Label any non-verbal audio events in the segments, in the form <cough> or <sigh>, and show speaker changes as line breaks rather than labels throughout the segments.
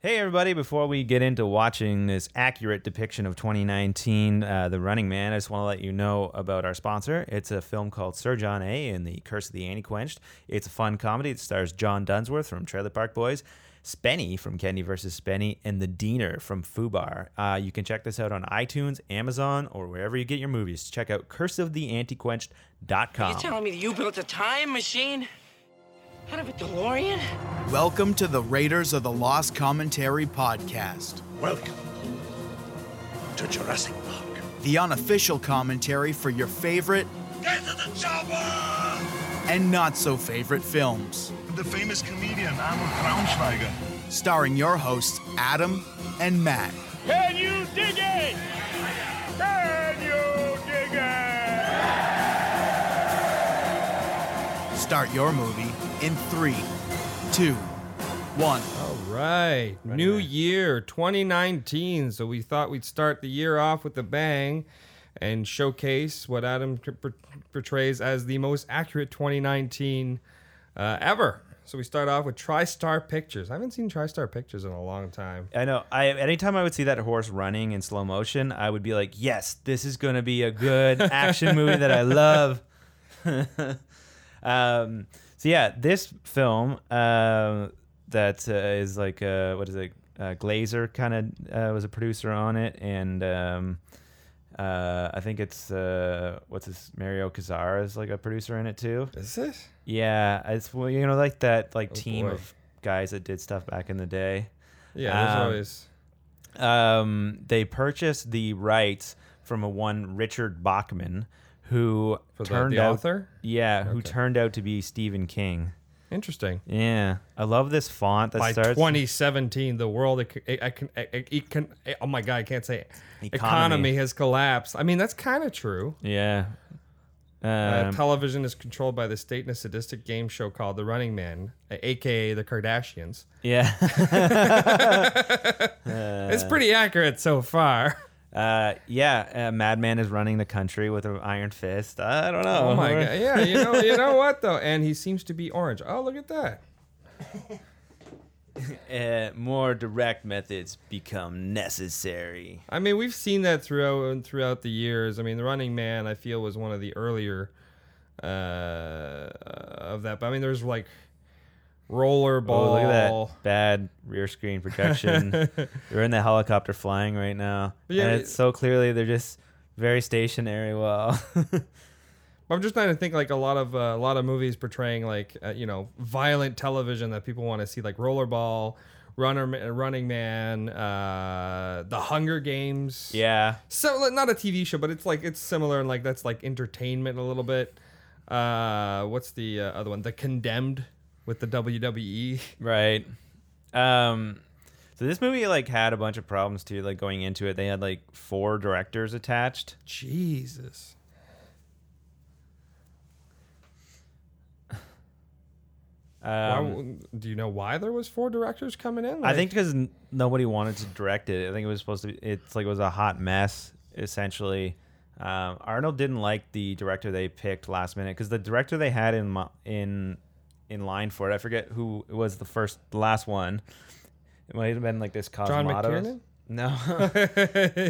Hey, everybody, before we get into watching this accurate depiction of 2019, uh, The Running Man, I just want to let you know about our sponsor. It's a film called Sir John A. and The Curse of the Antiquenched. It's a fun comedy. It stars John Dunsworth from Trailer Park Boys, Spenny from Kendi vs. Spenny, and The Diener from Fubar. Uh, you can check this out on iTunes, Amazon, or wherever you get your movies. Check out
You're
curseoftheantiquenched.com.
telling me that you built a time machine out of a DeLorean?
Welcome to the Raiders of the Lost Commentary podcast,
Welcome to Jurassic Park.
the unofficial commentary for your favorite
Get to the chopper!
and not so favorite films,
The famous comedian Arnold Braunschweiger.
starring your hosts Adam and Matt.
Can you dig it? Can you dig it?
Start your movie in three, two, one.
All right. New year 2019. So we thought we'd start the year off with a bang and showcase what Adam c- per- portrays as the most accurate 2019 uh, ever. So we start off with TriStar Pictures. I haven't seen TriStar Pictures in a long time.
I know. I anytime I would see that horse running in slow motion, I would be like, "Yes, this is going to be a good action movie that I love." <laughs> um, so yeah, this film um that uh, is like uh, what is it? Uh, Glazer kind of uh, was a producer on it, and um, uh, I think it's uh, what's this? Mario Kazara is like a producer in it too.
Is it?
Yeah, it's well, you know like that like team
boy.
of guys that did stuff back in the day
Yeah, there's
Um,
always.
um, they purchased the rights from a one Richard Bachman, who
For the-
turned
the
out,
author?
yeah, who turned out to be Stephen King.
Interesting.
Yeah, I love this font that
By
starts.
2017, the world, ec- e- econ- e- econ- e- oh my God, I can't say it.
Economy.
Economy has collapsed. I mean, that's kind of true.
Yeah.
Uh,
Um,
television is controlled by the state in a sadistic game show called The Running Man, a- aka the Kardashians.
yeah. <laughs>
it's pretty accurate so far. <laughs>
Uh, yeah. Uh, Madman is running the country with an iron fist. I don't know.
Oh my god! Yeah, you
<laughs>
know, you know what though, and he seems to be orange. Oh, look at that!
Uh, more direct methods become necessary.
I mean, we've seen that throughout throughout the years. I mean, The Running Man, I feel, was one of the earlier uh, of that. But I mean, there's like rollerball.
Oh, look at that bad rear screen projection. they're in the helicopter flying right now.
Yeah,
and
it-
it's so clearly they're just very stationary. <laughs> Well,
I'm just trying to think like a lot of uh, a lot of movies portraying like uh, you know violent television that people want to see like Rollerball, Runner, Running Man, uh, The Hunger Games.
yeah.
So like, not a TV show, but it's like it's similar and like that's like entertainment a little bit. Uh, what's the uh, other one? The Condemned with the E. WWE.
Right. Um so this movie like had a bunch of problems too like going into it. They had like four directors attached.
<laughs> Jesus. Why
Um,
w do you know why there was four directors coming in?
I
Like-
think because n- nobody wanted to direct it. I think it was supposed to. Be, it's like it was a hot mess essentially. Um, Arnold didn't like the director they picked last minute because the director they had in mo- in in line for it. I forget who was the first, the last one. It might have been like this
John
Cosmatos.
McTiernan? <laughs>
No.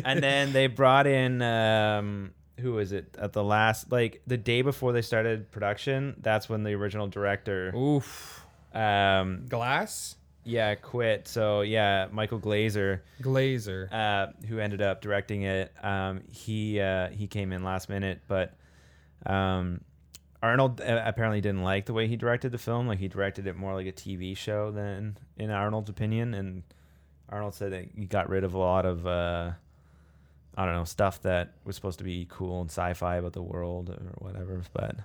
and then they brought in um, who was it at the last like the day before they started production. That's when the original director
Oof.
um,
Glass.
yeah, quit. So yeah, Michael Glazer,
Glazer.
uh, who ended up directing it, um, he uh, he came in last minute, but um, Arnold uh, apparently didn't like the way he directed the film. Like he directed it more like a TV show than in Arnold's opinion, and Arnold said that he got rid of a lot of uh, I don't know stuff that was supposed to be cool and sci-fi about the world or whatever, but.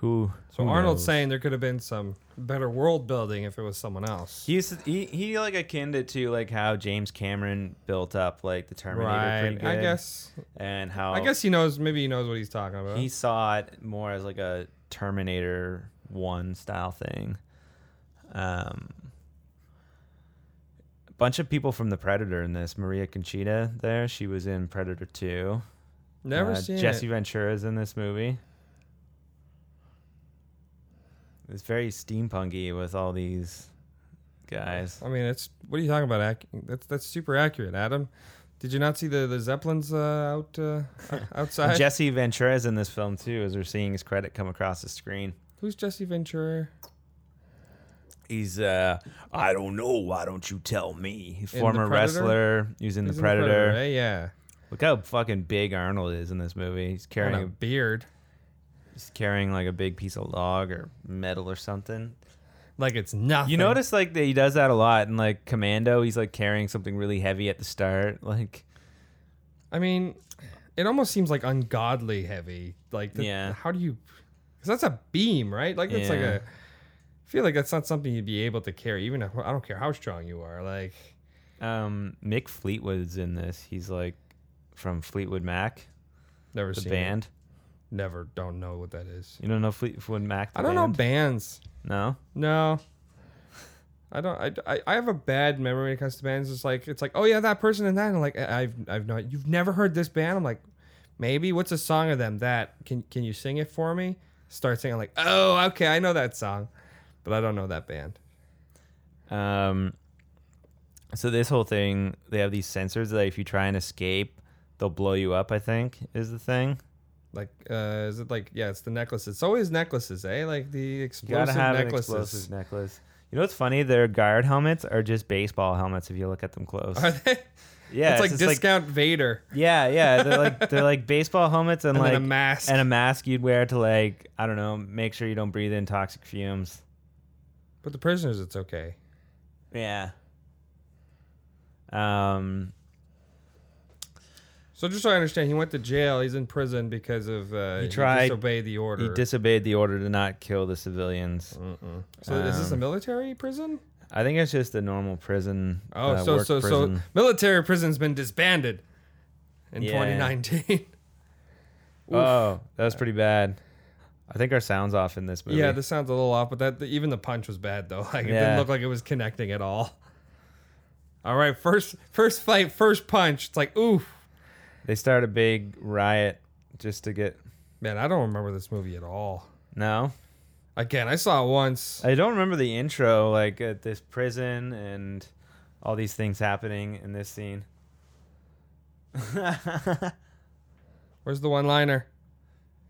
Who,
So
who
Arnold's
knows?
saying there could have been some better world building if it was someone else.
He used to, he he like akined it to like how James Cameron built up like the Terminator pretty good,
I guess.
and how
I guess he knows. Maybe he knows what Oh. he's talking about.
he saw it more as like a Terminator One style thing. Um, a bunch of people from the Predator in this. Maria Conchita there, she was in Predator Two.
Never
Uh,
seen
Jesse
it.
Ventura's in this movie. It's very steampunky with all these guys.
I mean, it's what are you talking about? Ac- That's that's super accurate, Adam. Did you not see the the zeppelins uh, out <laughs> uh, outside?
Jesse Ventura is in this film too, as we're seeing his credit come across the screen.
Who's Jesse Ventura?
He's uh, I don't know. Why don't you tell me?
The
Former
Predator?
wrestler. He's in
He's
the
in
Predator.
eh? Yeah,
Look how fucking big Arnold is in this movie. He's
and
carrying
a beard,
he's carrying like a big piece of log or metal or something.
like it's nothing.
You notice like that he does that a lot in like Commando. He's like carrying something really heavy at the start. <laughs> Like
I mean, it almost seems like ungodly heavy. Like, the,
Yeah.
how do you? Because that's a beam, right? Like, that's like
Yeah.
a. I feel like that's not something you'd be able to carry, even if I don't care how strong you are. Like,
um, Mick Fleetwood's in this. He's like from Fleetwood Mac,
never
the
seen it.
band.
Never, don't know what that is.
You don't know Fleetwood Mac? the
I don't know
band?
bands.
No.
No. I don't. I, I, I have a bad memory when it comes to bands. It's like it's like oh yeah that person and that and like I- I've I've not you've never heard this band. I'm like maybe what's a song of them that can can you sing it for me? Start singing I'm like oh okay I know that song, but I don't know that band.
Um, so this whole thing, they have these sensors that if you try and escape, they'll blow you up. I think is the thing.
Like uh is it like yeah it's the necklaces. It's always necklaces eh like the
You gotta
explosive
have
necklaces.
an explosive necklace. You know what's funny? Their guard helmets are just baseball helmets if you look at them close.
Are they?
yeah,
it's like
just
discount Vader.
yeah, yeah. They're like they're like baseball helmets and,
And
like
then a mask.
and a mask you'd wear to like I don't know make sure you don't breathe in toxic fumes.
But the prisoners it's okay.
Yeah. Um.
So just so I understand, he went to jail. He's in prison because of uh,
He tried-
disobeyed the order.
He disobeyed the order to not kill the civilians.
so is
Um,
this a military prison?
I think it's just a normal prison.
Oh,
uh,
so
work
so
prison.
so military prison's been disbanded in
Yeah.
2019.
Oh, that was pretty bad. I think our sound's off in this movie.
<laughs> yeah, this sounds a little off, but that even the punch was bad though. <laughs> Like it
Yeah.
didn't look like it was connecting at all. <laughs> All right, first first fight, first punch. It's like ooh,
they start a big riot just to get.
man, I don't remember this movie at all.
No,
Again, I saw it once.
I don't remember the intro like at this prison and all these things happening in this scene.
Where's the one liner?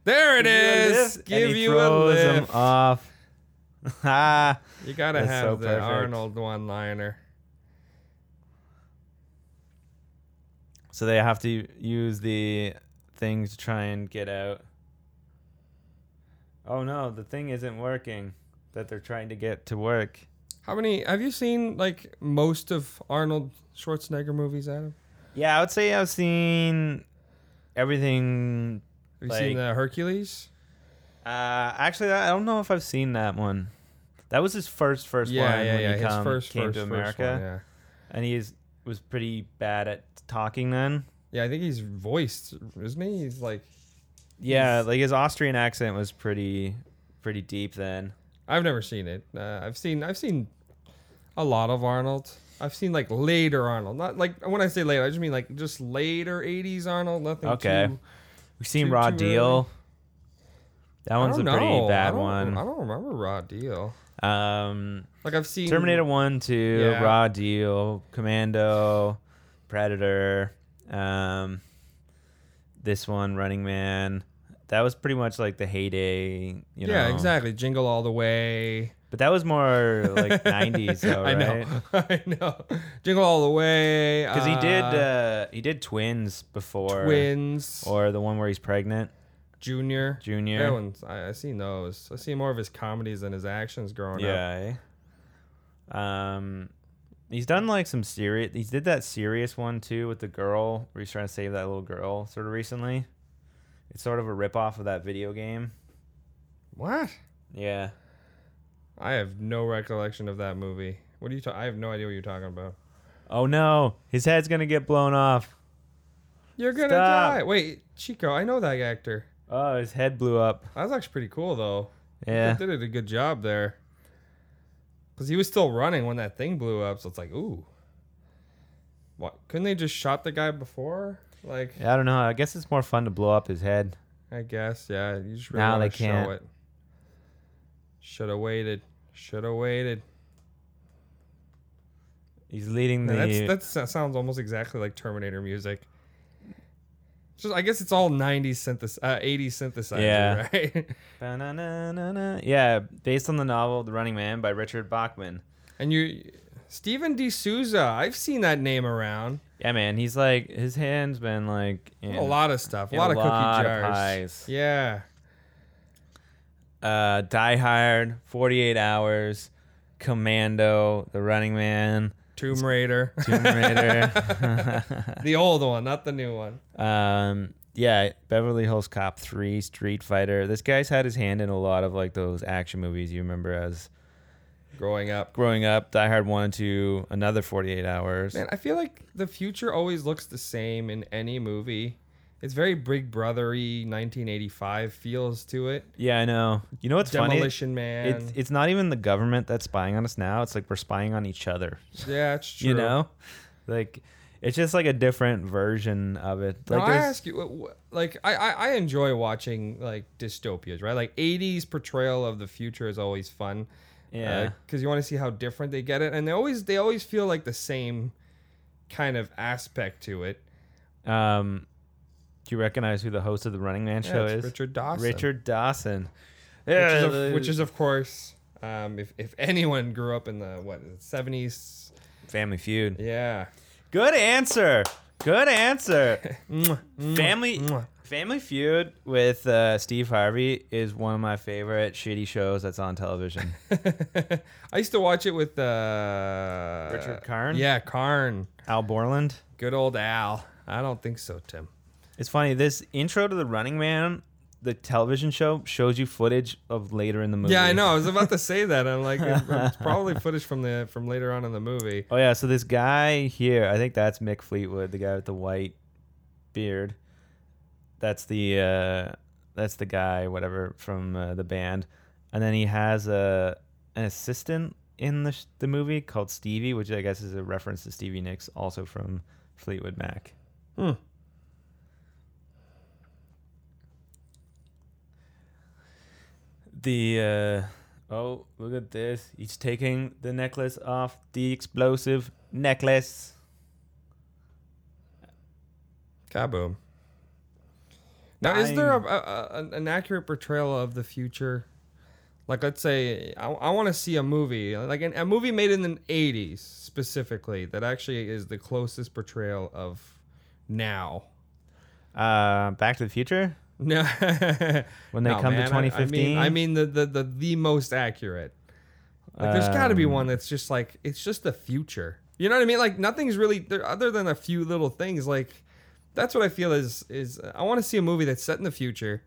There it is.
And
Give
he
you a
throws him
lift.
off. <laughs> Ha!
You gotta
That's
have
so
the
perfect.
Arnold one liner.
so they have to use the thing to try and get out. Oh no, the thing isn't working that they're trying to get to work.
How many have you seen like most of Arnold Schwarzenegger movies, Adam?
Yeah, I would say I've seen everything.
Have you seen
Like-
the Hercules?
Uh, actually, I don't know if I've seen that one. That was his first first one when he come- came to America,
one, yeah.
and he is, was pretty bad at talking then.
Yeah, I think he's voiced, isn't he? He's like
Yeah, like his Austrian accent was pretty pretty deep then.
I've never seen it. Uh, I've seen I've seen a lot of Arnold. I've seen like later Arnold. Not like when I say later, I just mean like just later 80s Arnold, nothing
Okay.
too
We've seen
Too-
Raw
too
Deal. That
I
one's a
don't know.
pretty
I
bad
don't- I
one.
don't remember Raw Deal.
Um,
Like I've seen
Terminator One, Two,
Yeah.
Raw Deal, Commando, Predator. Um, this one, Running Man. That was pretty much like the heyday. You know?
Yeah, exactly. Jingle all the way.
But that was more like
<laughs>
'90s, though,
I
right?
know. <laughs> I know. Jingle all the way.
Because he did
uh,
uh, he did Twins before
twins
or the one where he's pregnant.
junior.
Junior.
That one's I, I seen those. I see more of his comedies than his actions growing up.
Yeah. eh? Um, he's done like some serious. He did that serious one too with the girl where he's trying to save that little girl. Sort of recently, it's sort of a rip off of that video game.
What?
Yeah.
I have no recollection of that movie. What are you? Ta- I have no idea what you're talking about.
Oh no, his head's gonna get blown off.
You're gonna
Stop.
die. Wait, Chico. I know that actor.
Oh, his head blew up.
That was actually pretty cool though.
Yeah.
They did a good job there. Cause he was still running when that thing blew up, so it's like, ooh. What couldn't they just shot the guy before? Like
Yeah, I don't know. I guess it's more fun to blow up his head.
I guess, yeah. You just really
Now
want
they
to show
can't.
it. Should have waited. Should have waited.
He's leading the.
Yeah, that's, that's, that sounds almost exactly like Terminator music. It's Just, I guess it's all 90s synthesizer, uh, 80s synthesizer,
Yeah.
<laughs> right?
Ba-na-na-na-na. Yeah, based on the novel The Running Man by Richard Bachman.
And you, Stephen D'Souza, I've seen that name around.
Yeah, man, he's like his hand's been like in
A lot of stuff, a
Yeah,
lot
a
of cookie
lot of
jars.
pies.
Yeah.
uh, Die Hard, Forty Eight Hours, Commando, The Running Man,
Tomb Raider.
Tomb Raider.
<laughs> the old one, not the new one.
um, yeah, Beverly Hills Cop Three, Street Fighter. This guy's had his hand in a lot of like those action movies you remember as
Growing up.
growing up. Die Hard One and Two, another Forty Eight Hours.
Man, I feel like the future always looks the same in any movie. It's very Big Brothery 1985 feels to it.
Yeah, I know. You know what's
Demolition
funny?
Man.
It's it's not even the government that's spying on us now. It's like we're spying on each other.
yeah, it's true.
You know, like it's just like a different version of it.
Now,
Like
I
there's-
ask you, what- what- like, I, I, I enjoy watching like dystopias, right? Like, 80s portrayal of the future is always fun.
yeah,
because you want to see how different they get it, and they always they always feel like the same kind of aspect to it.
Um, do you recognize who the host of the Running Man
Yeah,
show
it's
is?
Richard Dawson.
Richard Dawson.
which is,
Yeah,
of, which
the-
is of course, um, if if anyone grew up in the what seventies,
Family Feud.
yeah,
Good answer. Good
<laughs>
answer. Family Family Feud with uh, Steve Harvey is one of my favorite shitty shows that's on
<laughs>
television.
I used to watch it with uh,
Richard Karn?
Yeah, Karn,
Al Borland.
good old Al. I don't think so, Tim.
It's funny. This intro to the Running Man, the television show, shows you footage of later in the movie.
Yeah, I know. I was about to say that. I'm like, it's probably footage from the from later on in the movie.
Oh yeah, so this guy here, I think that's Mick Fleetwood, the guy with the white beard. That's the uh, that's the guy, whatever, from uh, the band, and then he has a an assistant in the sh- the movie called Stevie, which I guess is a reference to Stevie Nicks, also from Fleetwood Mac. the uh oh look at this he's taking the necklace off the explosive necklace
Kaboom. Now, is there a,
Dying.
a, a- an accurate portrayal of the future? Like, let's say I, I want to see a movie, like an, a movie made in the '80s specifically, that actually is the closest portrayal of now.
uh back to the future
No,
<laughs> When they
No,
come to
man, I- I mean,
2015?
I mean the, the the the most accurate. Like,
Um,
there's got to be one that's just like it's just the future. You know what I mean? Like nothing's really there other than a few little things. Like that's what I feel is is uh, I want to see a movie that's set in the future,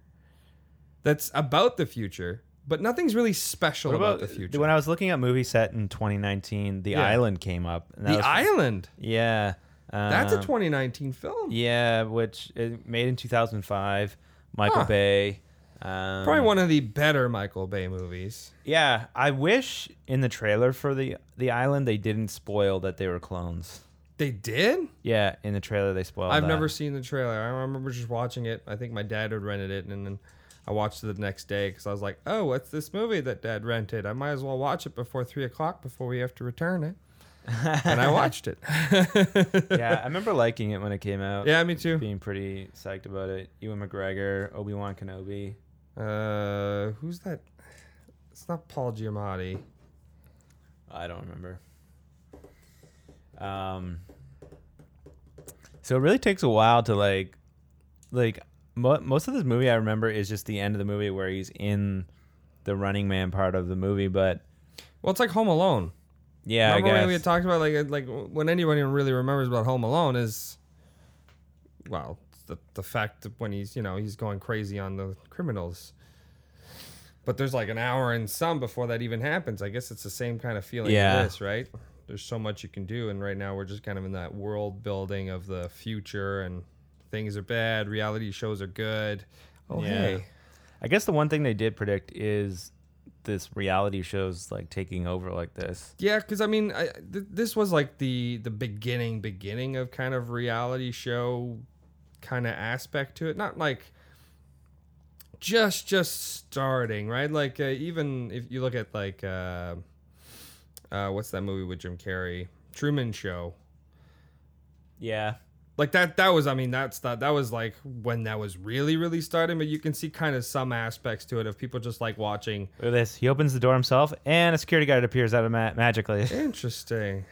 that's about the future, but nothing's really special about, the future.
when i was looking at movie set in 2019 the
Yeah.
island came up and that
the
was-
Island.
yeah
That's a
um,
2019 film.
yeah which it made in 2005 michael
Huh.
bay um,
Probably one of the better Michael Bay movies.
yeah i wish in the trailer for the the island they didn't spoil that they were clones
They did.
yeah in the trailer they spoiled
I've
that.
never seen the trailer. I remember just watching it. I think my dad had rented it, and then I watched it the next day because I was like, "Oh, what's this movie that dad rented? I might as well watch it before three o'clock before we have to return it." and I watched it.
<laughs>
<laughs>
yeah, I remember liking it when it came out.
yeah, me too.
being pretty psyched about it. Ewan McGregor, Obi Wan Kenobi.
Uh, who's that? It's not Paul Giamatti.
I don't remember. Um, so it really takes a while to like, like mo- most of this movie I remember is just the end of the movie where he's in the Running Man part of the movie. But
Well, it's like Home Alone.
yeah,
remember
I guess
when we had talked about like like when anyone even really remembers about Home Alone is, well, the the fact that when he's you know he's going crazy on the criminals. But there's like an hour and some before that even happens. I guess it's the same kind of feeling. Yeah.
Yeah.
This right. There's so much you can do, and right now we're just kind of in that world building of the future, and things are bad, reality shows are good. Oh
Yeah.
hey,
I guess the one thing they did predict is this reality shows like taking over like this.
Yeah, because I mean, I, th- this was like the the beginning, beginning of kind of reality show kind of aspect to it. Not like just just starting, right? Like uh, even if you look at like uh, uh, what's that movie with Jim Carrey, Truman Show.
Yeah.
Like that that was I mean that's that that was like when that was really really starting but you can see kind of some aspects to it of people just like watching.
Look at this. He opens the door himself, and a security guard appears out of ma- magically.
Interesting.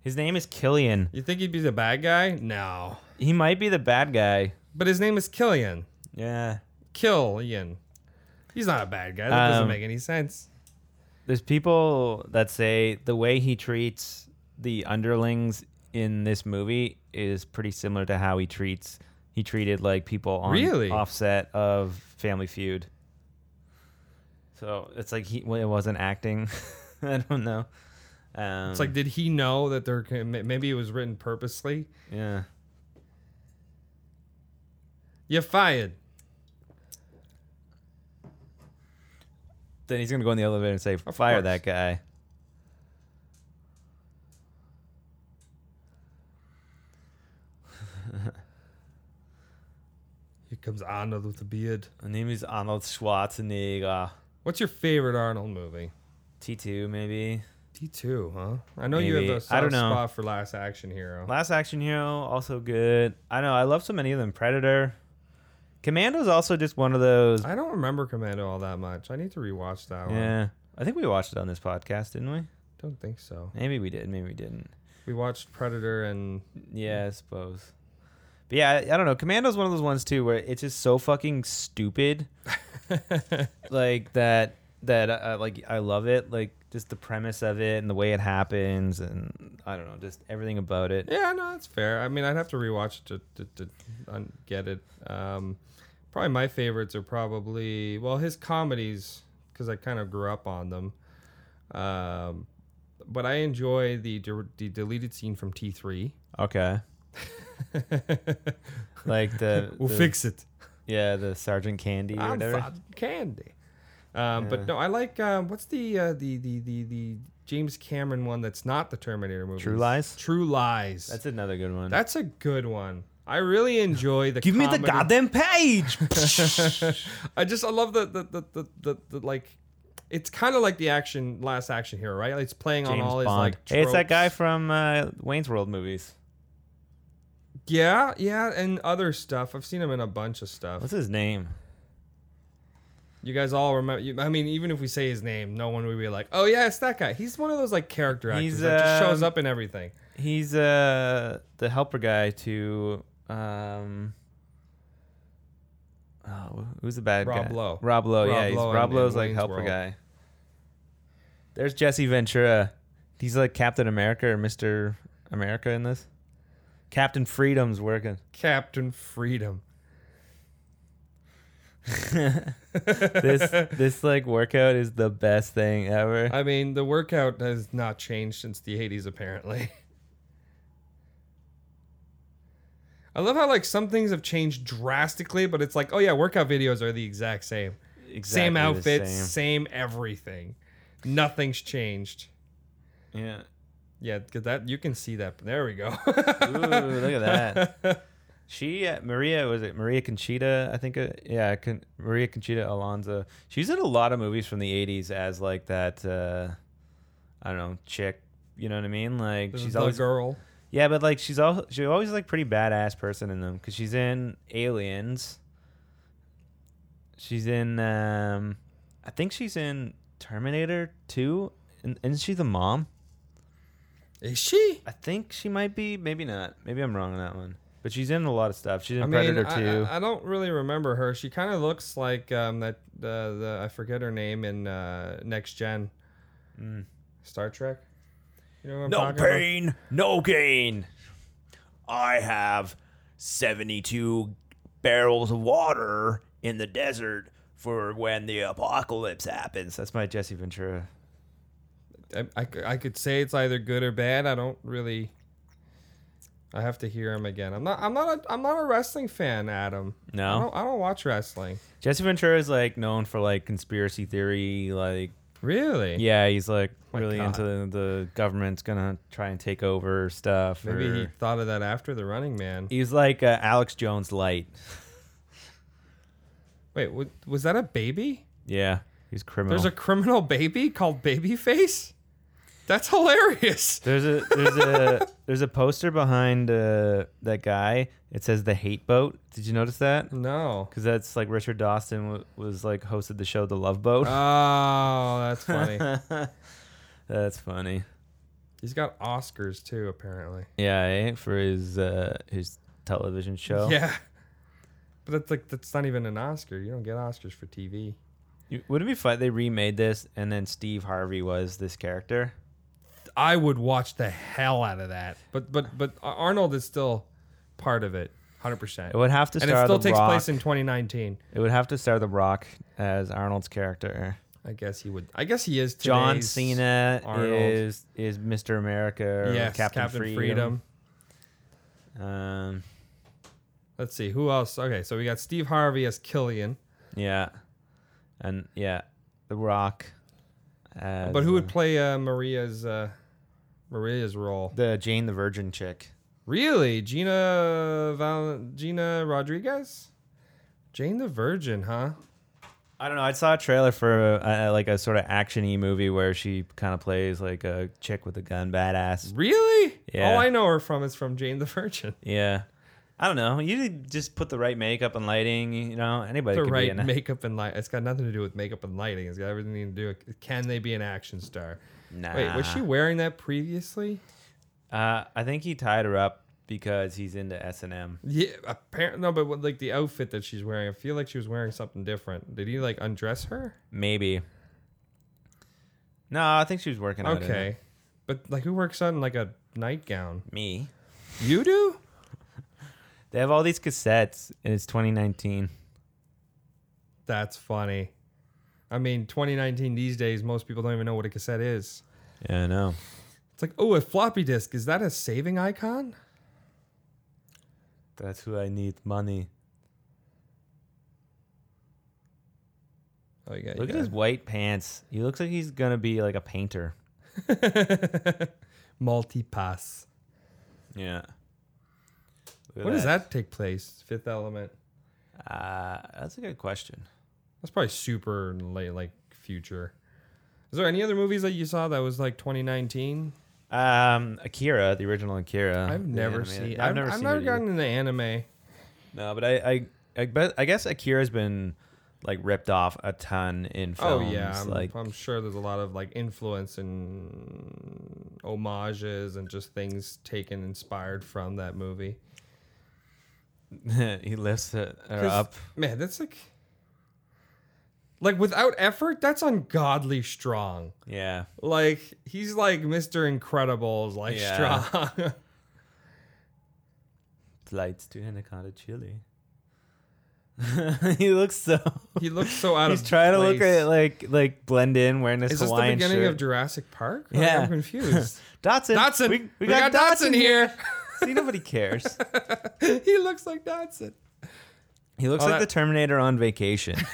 His name is Killian.
You think he'd be the bad guy? No.
He might be the bad guy.
But his name is Killian.
Yeah.
Killian. He's not a bad guy. That doesn't
Um,
make any sense.
There's people that say the way he treats the underlings in this movie is pretty similar to how he treats he treated like people on
Really?
offset of Family Feud. So it's like he well, it wasn't acting. <laughs> I don't know. Um,
It's like did he know that there can- maybe it was written purposely?
yeah.
You're fired.
Then he's gonna go in the elevator and say, "Fire
course.
that guy."
Here comes Arnold with the beard.
My name is Arnold Schwarzenegger.
What's your favorite Arnold movie?
T two maybe.
T two, huh? I know you
Maybe.
have a
I don't
soft
know.
spot for Last Action Hero.
Last Action Hero also good. I know I love so many of them. Predator, Commando's also just one of those.
I don't remember Commando all that much. I need to rewatch that one.
yeah, I think we watched it on this podcast, didn't we?
Don't think so.
Maybe we did. Maybe we didn't.
We watched Predator and
Yeah, I suppose. But yeah, I, I don't know. Commando's one of those ones too where it's just so fucking
<laughs>
stupid, like that. That uh, like I love it. Like just the premise of it and the way it happens, and I don't know, just everything about it.
Yeah, no, that's fair. I mean, I'd have to rewatch it to, to, to un- get it. Um, probably my favorites are probably well his comedies because I kind of grew up on them. Um, but I enjoy the de- the deleted scene from T three.
Okay.
<laughs>
like the the-
it.
Yeah, the Sergeant Candy or
I'm
whatever.
Sergeant Candy. Um, But no, I like um, what's the uh, the the the the James Cameron one that's not the Terminator movie.
Lies?
True Lies. That's
That's another good one.
that's a good one. I really enjoy the.
Give me the
comedy-
goddamn page.
I just I love the the the the, the, the like. It's kind of like the action last action hero, right? Like, It's playing <laughs> on
James Bond.
all his like.
hey, it's that guy
tropes.
from uh, Wayne's World movies.
Yeah, yeah, and other stuff. I've seen him in a bunch of stuff.
What's his name?
You guys all remember? You, I mean, even if we say his name, no one would be like, "Oh yeah, it's that guy." He's one of those like character actors
He's,
that just shows
um,
up in everything.
He's uh the helper guy to um. Oh, who's the bad
Rob
guy?
Lowe.
Rob Lowe.
Rob
yeah, he's,
Lowe in-
Rob
in
Lowe's like
Wayne's
helper
World.
guy. There's Jesse Ventura. He's like Captain America or Mister America in this. Captain Freedom's working.
Captain Freedom. <laughs>
this this like workout is the best thing ever.
I mean, the workout has not changed since the 80s, apparently. <laughs> I love how like some things have changed drastically, but it's like, oh yeah, workout videos are the exact same, same
Exactly the
outfits, same. everything. Nothing's changed.
same. Yeah.
Yeah, 'cause that you can see that. There we go. <laughs>
Ooh, look at that. She uh, Maria was it Maria Conchita? I think. Uh, yeah, Con- Maria Conchita Alonso. She's in a lot of movies from the '80s as like that. Uh, I don't know, chick. You know what I mean? Like
This is
she's
the
always
girl.
yeah, but like she's all she's always like pretty badass person in them because she's in Aliens. She's in, um, I think she's in Terminator Two. And isn't she the mom?
Is she?
I think she might be. Maybe not. Maybe I'm wrong on that one. But she's in a lot of stuff. She's in
I mean,
Predator Two.
I, I, I don't really remember her. She kind of looks like um, that. The, the I forget her name in uh, Next Gen,
Hmm.
Star Trek. You know what I'm talking about?
no gain. I have 72 barrels of water in the desert for when the apocalypse happens. That's my Jesse Ventura.
I, I c- I could say it's either good or bad. I don't really. I have to hear him again. I'm not. I'm not. A, I'm not a wrestling fan, Adam. I
No,
don't, I don't watch wrestling.
Jesse Ventura is like known for like conspiracy theory. Like,
Really?
yeah, he's like really
God.
into the, the government's gonna try and take over stuff.
Maybe
or-
he thought of that after the Running Man.
he's like uh, Alex Jones light.
Wait, wa- was that a baby?
Yeah, he's criminal.
There's a criminal baby called Babyface. That's hilarious.
There's a there's
<laughs>
a there's a poster behind uh, that guy. It says the Hate Boat. Did you notice that?
No.
Because that's like Richard Dawson w- was like hosted the show The Love Boat. <laughs>
Oh, that's funny.
that's funny.
<laughs> He's got Oscars too, apparently.
Yeah, eh? for his uh, his television show.
Yeah. But that's like that's not even an Oscar. You don't get Oscars for TV.
You- Wouldn't it be fun? They remade this, and then Steve Harvey was this character.
I would watch the hell out of that. But but but Arnold is still part of it, hundred percent.
It would have to
And
star
it still
the
takes
Rock.
place in 2019.
it would have to star the Rock as Arnold's character.
I guess he would. I guess he is.
John
today's
Cena
Arnold.
is is Mr. America or
Yes,
Captain, Freedom. Um,
Let's see who else. Okay, so we got Steve Harvey as Killian,
yeah, and yeah, The Rock. As,
but who would
uh,
play uh, Maria's uh, Maria's role?
the Jane the Virgin chick?
Really, Gina Val- Gina Rodriguez, Jane the Virgin, huh?
I don't know. I saw a trailer for a, a, like a sort of actiony movie where she kind of plays like a chick with a gun, badass.
Really?
Yeah.
All I know her from is from Jane the Virgin.
Yeah, I don't know. You just put the right makeup and lighting. You know, anybody
The
could be
right
in it.
makeup and light. It's got nothing to do with makeup and lighting. It's got everything to do. with Can they be an action star?
Nah.
Wait, was she wearing that previously?
Uh, I think he tied her up because he's into S and M.
Yeah, apparently no, but what, like the outfit that she's wearing, I feel like she was wearing something different. Did he like undress her?
Maybe. No, I think she was working. out in it.
Okay, but like who works on like a nightgown?
me.
You do?
They have all these cassettes, and it's 2019.
That's funny. I mean, 2019 these days, most people don't even know what a cassette is.
Yeah, I know.
It's like, oh, a floppy disk. Is that a saving icon?
That's who I need money.
Oh, you got,
Look
you
at his white pants. He looks like he's gonna be like a painter.
<laughs> got multi pass.
Yeah.
When does that take place? Fifth Element.
Uh, that's a good question.
That's probably super late, like future. Is there any other movies that you saw that was like 2019?
Um, Akira, the original Akira.
I've
the
never
animated-
seen.
I've,
I've
never
I've
seen.
never
it either.
gotten into anime.
No, but I, I, I, bet, I guess Akira's been like ripped off a ton in
Oh
films.
yeah, I'm,
like
I'm sure there's a lot of like influence and homages and just things taken inspired from that movie.
<laughs> he lifts it her
'Cause,
up.
man. That's like, like without effort, that's ungodly strong.
Yeah,
Like he's like Mr. Incredible's like
Yeah.
strong. <laughs>
flights to Anaconda, Chile. <laughs> he looks so.
he looks so out
He's
of.
trying to look
place.
at like like blend in wearing this
Is this the
Hawaiian
beginning
shirt.
of Jurassic Park?
<laughs> Yeah.
I'm confused.
Dotson,
Dotson,
we, we got, Dotson, here. See, nobody
<laughs>
cares.
here. he looks like Dotson.
He looks
Oh,
like
that-
the Terminator on vacation. <laughs>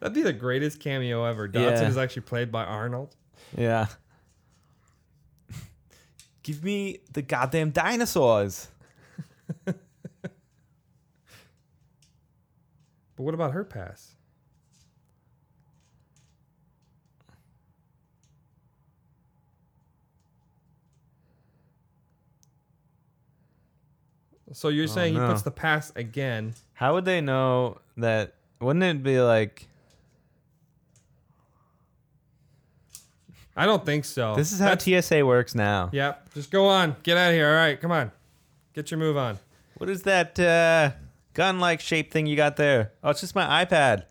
That'd be the greatest cameo ever. Dotson
Yeah.
is actually played by Arnold.
yeah. Give me the goddamn dinosaurs.
But what about her pass? So you're saying
Oh, no.
he puts the pass again?
How would they know that? Wouldn't it be like
I don't think so.
this is how TSA works now?
Yep. Just go on. Get out of here. All right. Come on. Get your move on.
What is that uh, gun-like shaped thing you got there? Oh, it's just my iPad.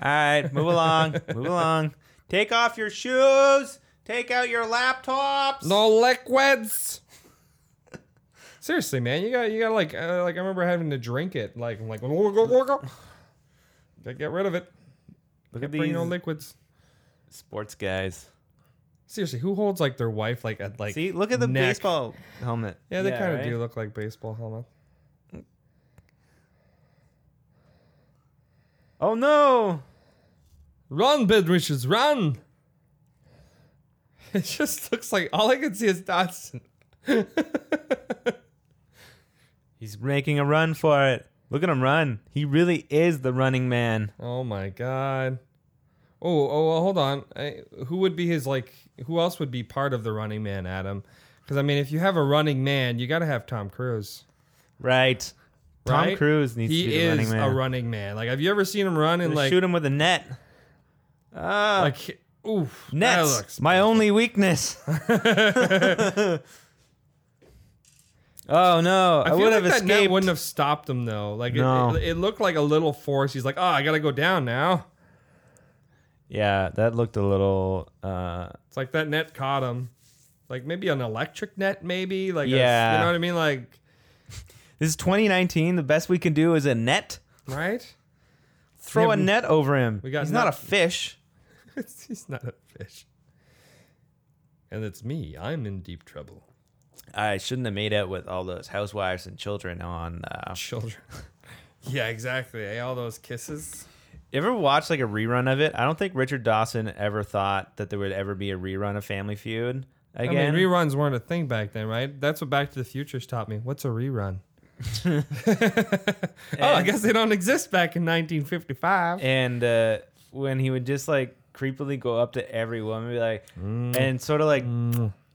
All right, move
<laughs>
along, move along. Take off your shoes. Take out your laptops.
No liquids. Seriously, man, you got you got like uh, like I remember having to drink it like I'm like go go go go. Gotta get rid of it.
Look
Can't
at
bring
these
no liquids.
sports guys.
Seriously, who holds like their wife like at like?
See, look at the
neck?
baseball helmet.
Yeah, they kind of
right?
do look like baseball helmet.
Oh no!
Run, Bedriches, run! <laughs> It just looks like all I can see is Dotson.
He's making a run for it. Look at him run. He really is the running man.
Oh my god. Oh, oh, well, hold on. I, who would be his like? Who else would be part of the Running Man, Adam? Because I mean, if you have a Running Man, you got to have Tom Cruise.
Right. Tom
right?
Cruise needs
he
to be the
is
running man.
a Running Man. Like, have you ever seen him run and like
shoot him with a net. Ah,
like oof that
nets.
looks-
my only
<laughs>
weakness. <laughs> oh no! I,
I, feel
would
like
have
that
escaped.
net wouldn't have stopped him though. Like it-
No.
it, it, looked like a little force. He's like, oh, I gotta go down now.
Yeah, that looked a little. Uh,
It's like that net caught him. Like maybe an electric net, maybe like a-
Yeah.
you know what I mean? Like
this is 2019. The best we can do is a net.
right?
Throw
Yeah,
a
we-
net over him.
we got
He's not a
net-
fish.
<laughs> He's not a fish. And it's me. I'm in deep trouble.
I shouldn't have made out with all those housewives and children on. Uh,
Children. <laughs> yeah, exactly. eh? All those kisses.
you ever watch like a rerun of it? I don't think Richard Dawson ever thought that there would ever be a rerun of Family Feud again.
I mean, reruns weren't a thing back then, right? That's what Back to the Future's taught me. What's a rerun? oh, I guess they don't exist back in 1955.
and uh, when he would just like creepily go up to every woman, be like,
Mm.
and sort of like,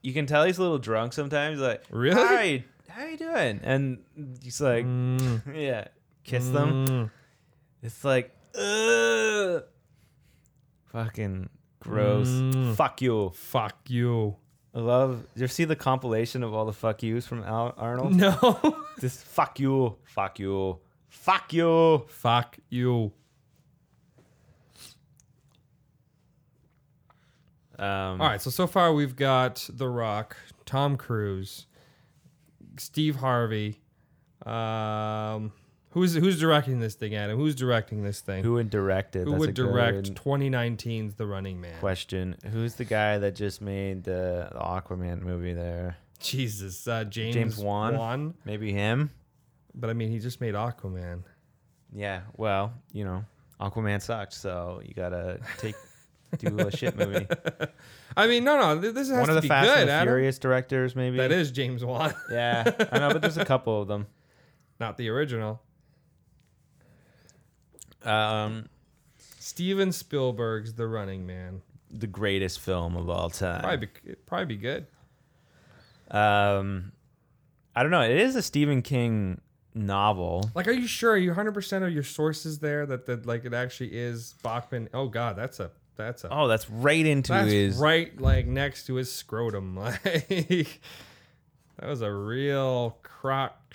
you can tell he's a little drunk sometimes. Like,
Really?
How are you, how you doing? And he's like,
Mm.
<laughs> yeah, kiss them. It's like, ugh, fucking gross.
Mm.
Fuck you.
Fuck you.
I love. You see the compilation of all the fuck yous from Al- Arnold?
No.
This fuck you, fuck you, fuck you.
Fuck you.
Um,
All right, so so far we've got The Rock, Tom Cruise, Steve Harvey. Um, who's who's directing this thing, Adam? Who's directing this thing?
Who would direct it?
Who
That's a
would direct
good-
2019's The Running Man?
question. Who's the guy that just made the, the Aquaman movie there?
Jesus, uh, James,
James Wan?
Wan.
Maybe him?
But I mean, he just made Aquaman.
Yeah, well, you know, Aquaman sucked, so you gotta take do
<laughs>
a shit movie.
I mean, no, no, th- this has
One
to
of the
be
Fast
good,
and the
Adam.
Furious directors, maybe.
That is James Wan, <laughs>
Yeah, I know, but there's a couple of them.
not the original.
Um,
Steven Spielberg's The Running Man.
the greatest film of all time.
Probably, be, it'd probably be good.
Um, I don't know. It is a Stephen King novel.
Like, are you sure? Are you 100% of your sources there that, that like it actually is Bachman? Oh God, that's a that's a
Oh, that's right into
that's
his.
right like next to his scrotum. <laughs> Like that was a real crock.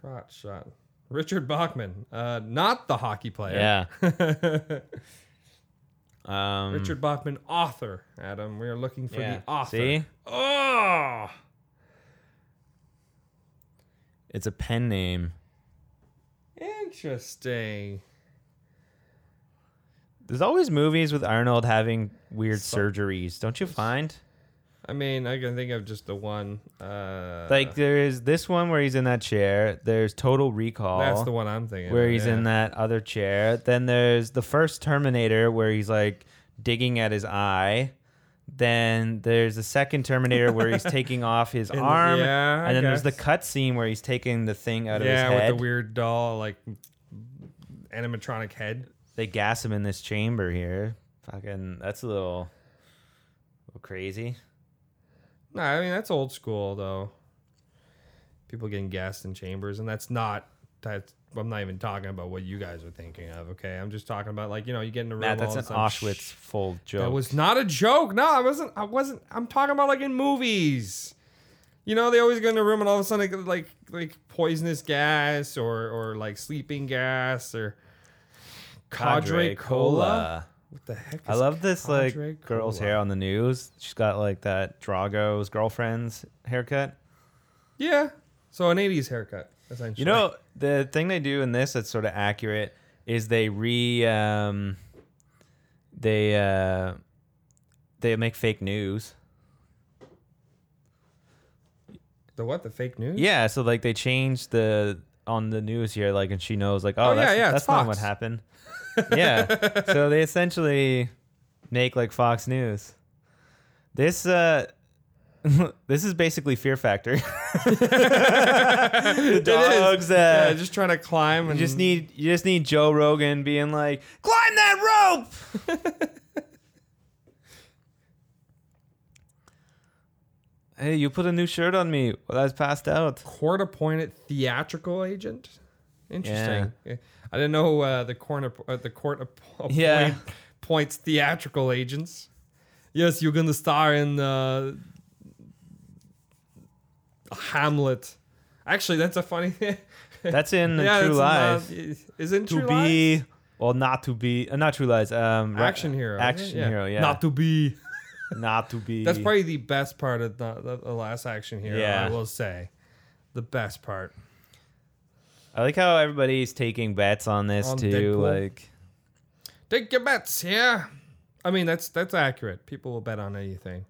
Crotch shot. Richard Bachman, uh, not the hockey player.
Yeah.
Yeah. <laughs>
Um,
Richard Bachman, author. Adam, we are looking for
yeah.
the author.
See?
Oh.
It's a pen name.
Interesting.
There's always movies with Arnold having weird surgeries, don't you find?
I mean, I can think of just the one. Uh,
Like there is this one where he's in that chair. There's Total Recall,
that's the one I'm thinking.
where
of,
he's
yeah.
in that other chair. Then there's the first Terminator where he's like digging at his eye. Then there's the second Terminator where
<laughs>
he's taking off his
the-
arm,
yeah, I
and then there's the
guess.
cut scene where he's taking the thing out
Yeah,
of his head.
with the weird doll, like animatronic head.
they gas him in this chamber here. Fucking, that's a little, little crazy.
No, I mean that's old school though. People getting gassed in chambers, and that's not. That's, I'm not even talking about what you guys are thinking of. Okay, I'm just talking about like you know you get in a room.
Matt, that's an
all of a sudden,
Auschwitz
"Shh,
full joke.
That was not a joke. No, I wasn't. I wasn't. I'm talking about like in movies. You know, they always go in a room and all of a sudden, like, like, like poisonous gas or or like sleeping gas or cadre cola. What the heck? Is
I love this
Cadre
like girl's
Cola?
hair on the news. She's got like that Drago's girlfriend's haircut.
Yeah. So an '80s haircut, essentially.
You know the thing they do in this that's sort of accurate is they re um, they uh, they make fake news.
the what? The fake news?
Yeah, so like they changed the on the news here, like, and she knows like, oh,
Oh, yeah,
that's,
yeah, it's
that's not what
Fox.
happened.
<laughs>
yeah, so they essentially make like <laughs> Fox News. This uh, this is basically Fear Factory. the dogs that
yeah, just trying to climb and
you just need you just need Joe Rogan being like, climb that rope. <laughs> hey, you put a new shirt on me. Well, that's passed out.
court appointed theatrical agent. Interesting. Yeah. I didn't know uh, the corner uh, the court app-
Yeah.
appoint- points theatrical agents. Yes, you're gonna star in uh, Hamlet. Actually, that's a funny <laughs> thing.
That's in
yeah,
True Lies.
that's in, uh, is it
to
True
be,
Lies?
well, not to be, uh, not True Lies. Um, ra-
action hero. right?
Action hero. Yeah.
Not to be.
<laughs> Not to be.
That's probably the best part of the, the, the last action hero.
Yeah.
I will say, the best part.
I like how everybody's taking bets on this
On
too.
Deadpool.
Like,
Take your bets, yeah. I mean, that's that's accurate. People will bet on anything.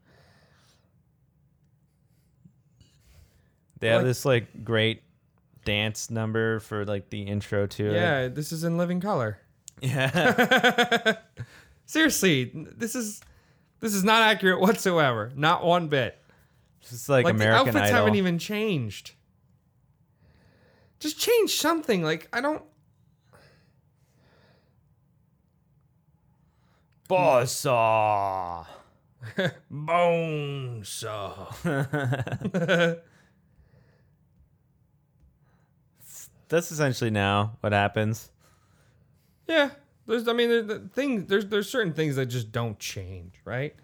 they have
Like-
this like great dance number for like the intro to it.
Yeah, this is in living color.
<laughs> Yeah.
Seriously, this is this is not accurate whatsoever. Not one bit.
it's like,
Like the
American
outfits
Idol.
haven't even changed. Just change something. Like I don't.
Buzzsaw.
Bone saw.
That's essentially now what happens.
Yeah, there's. I mean, there's the things. There's there's certain things that just don't change, right?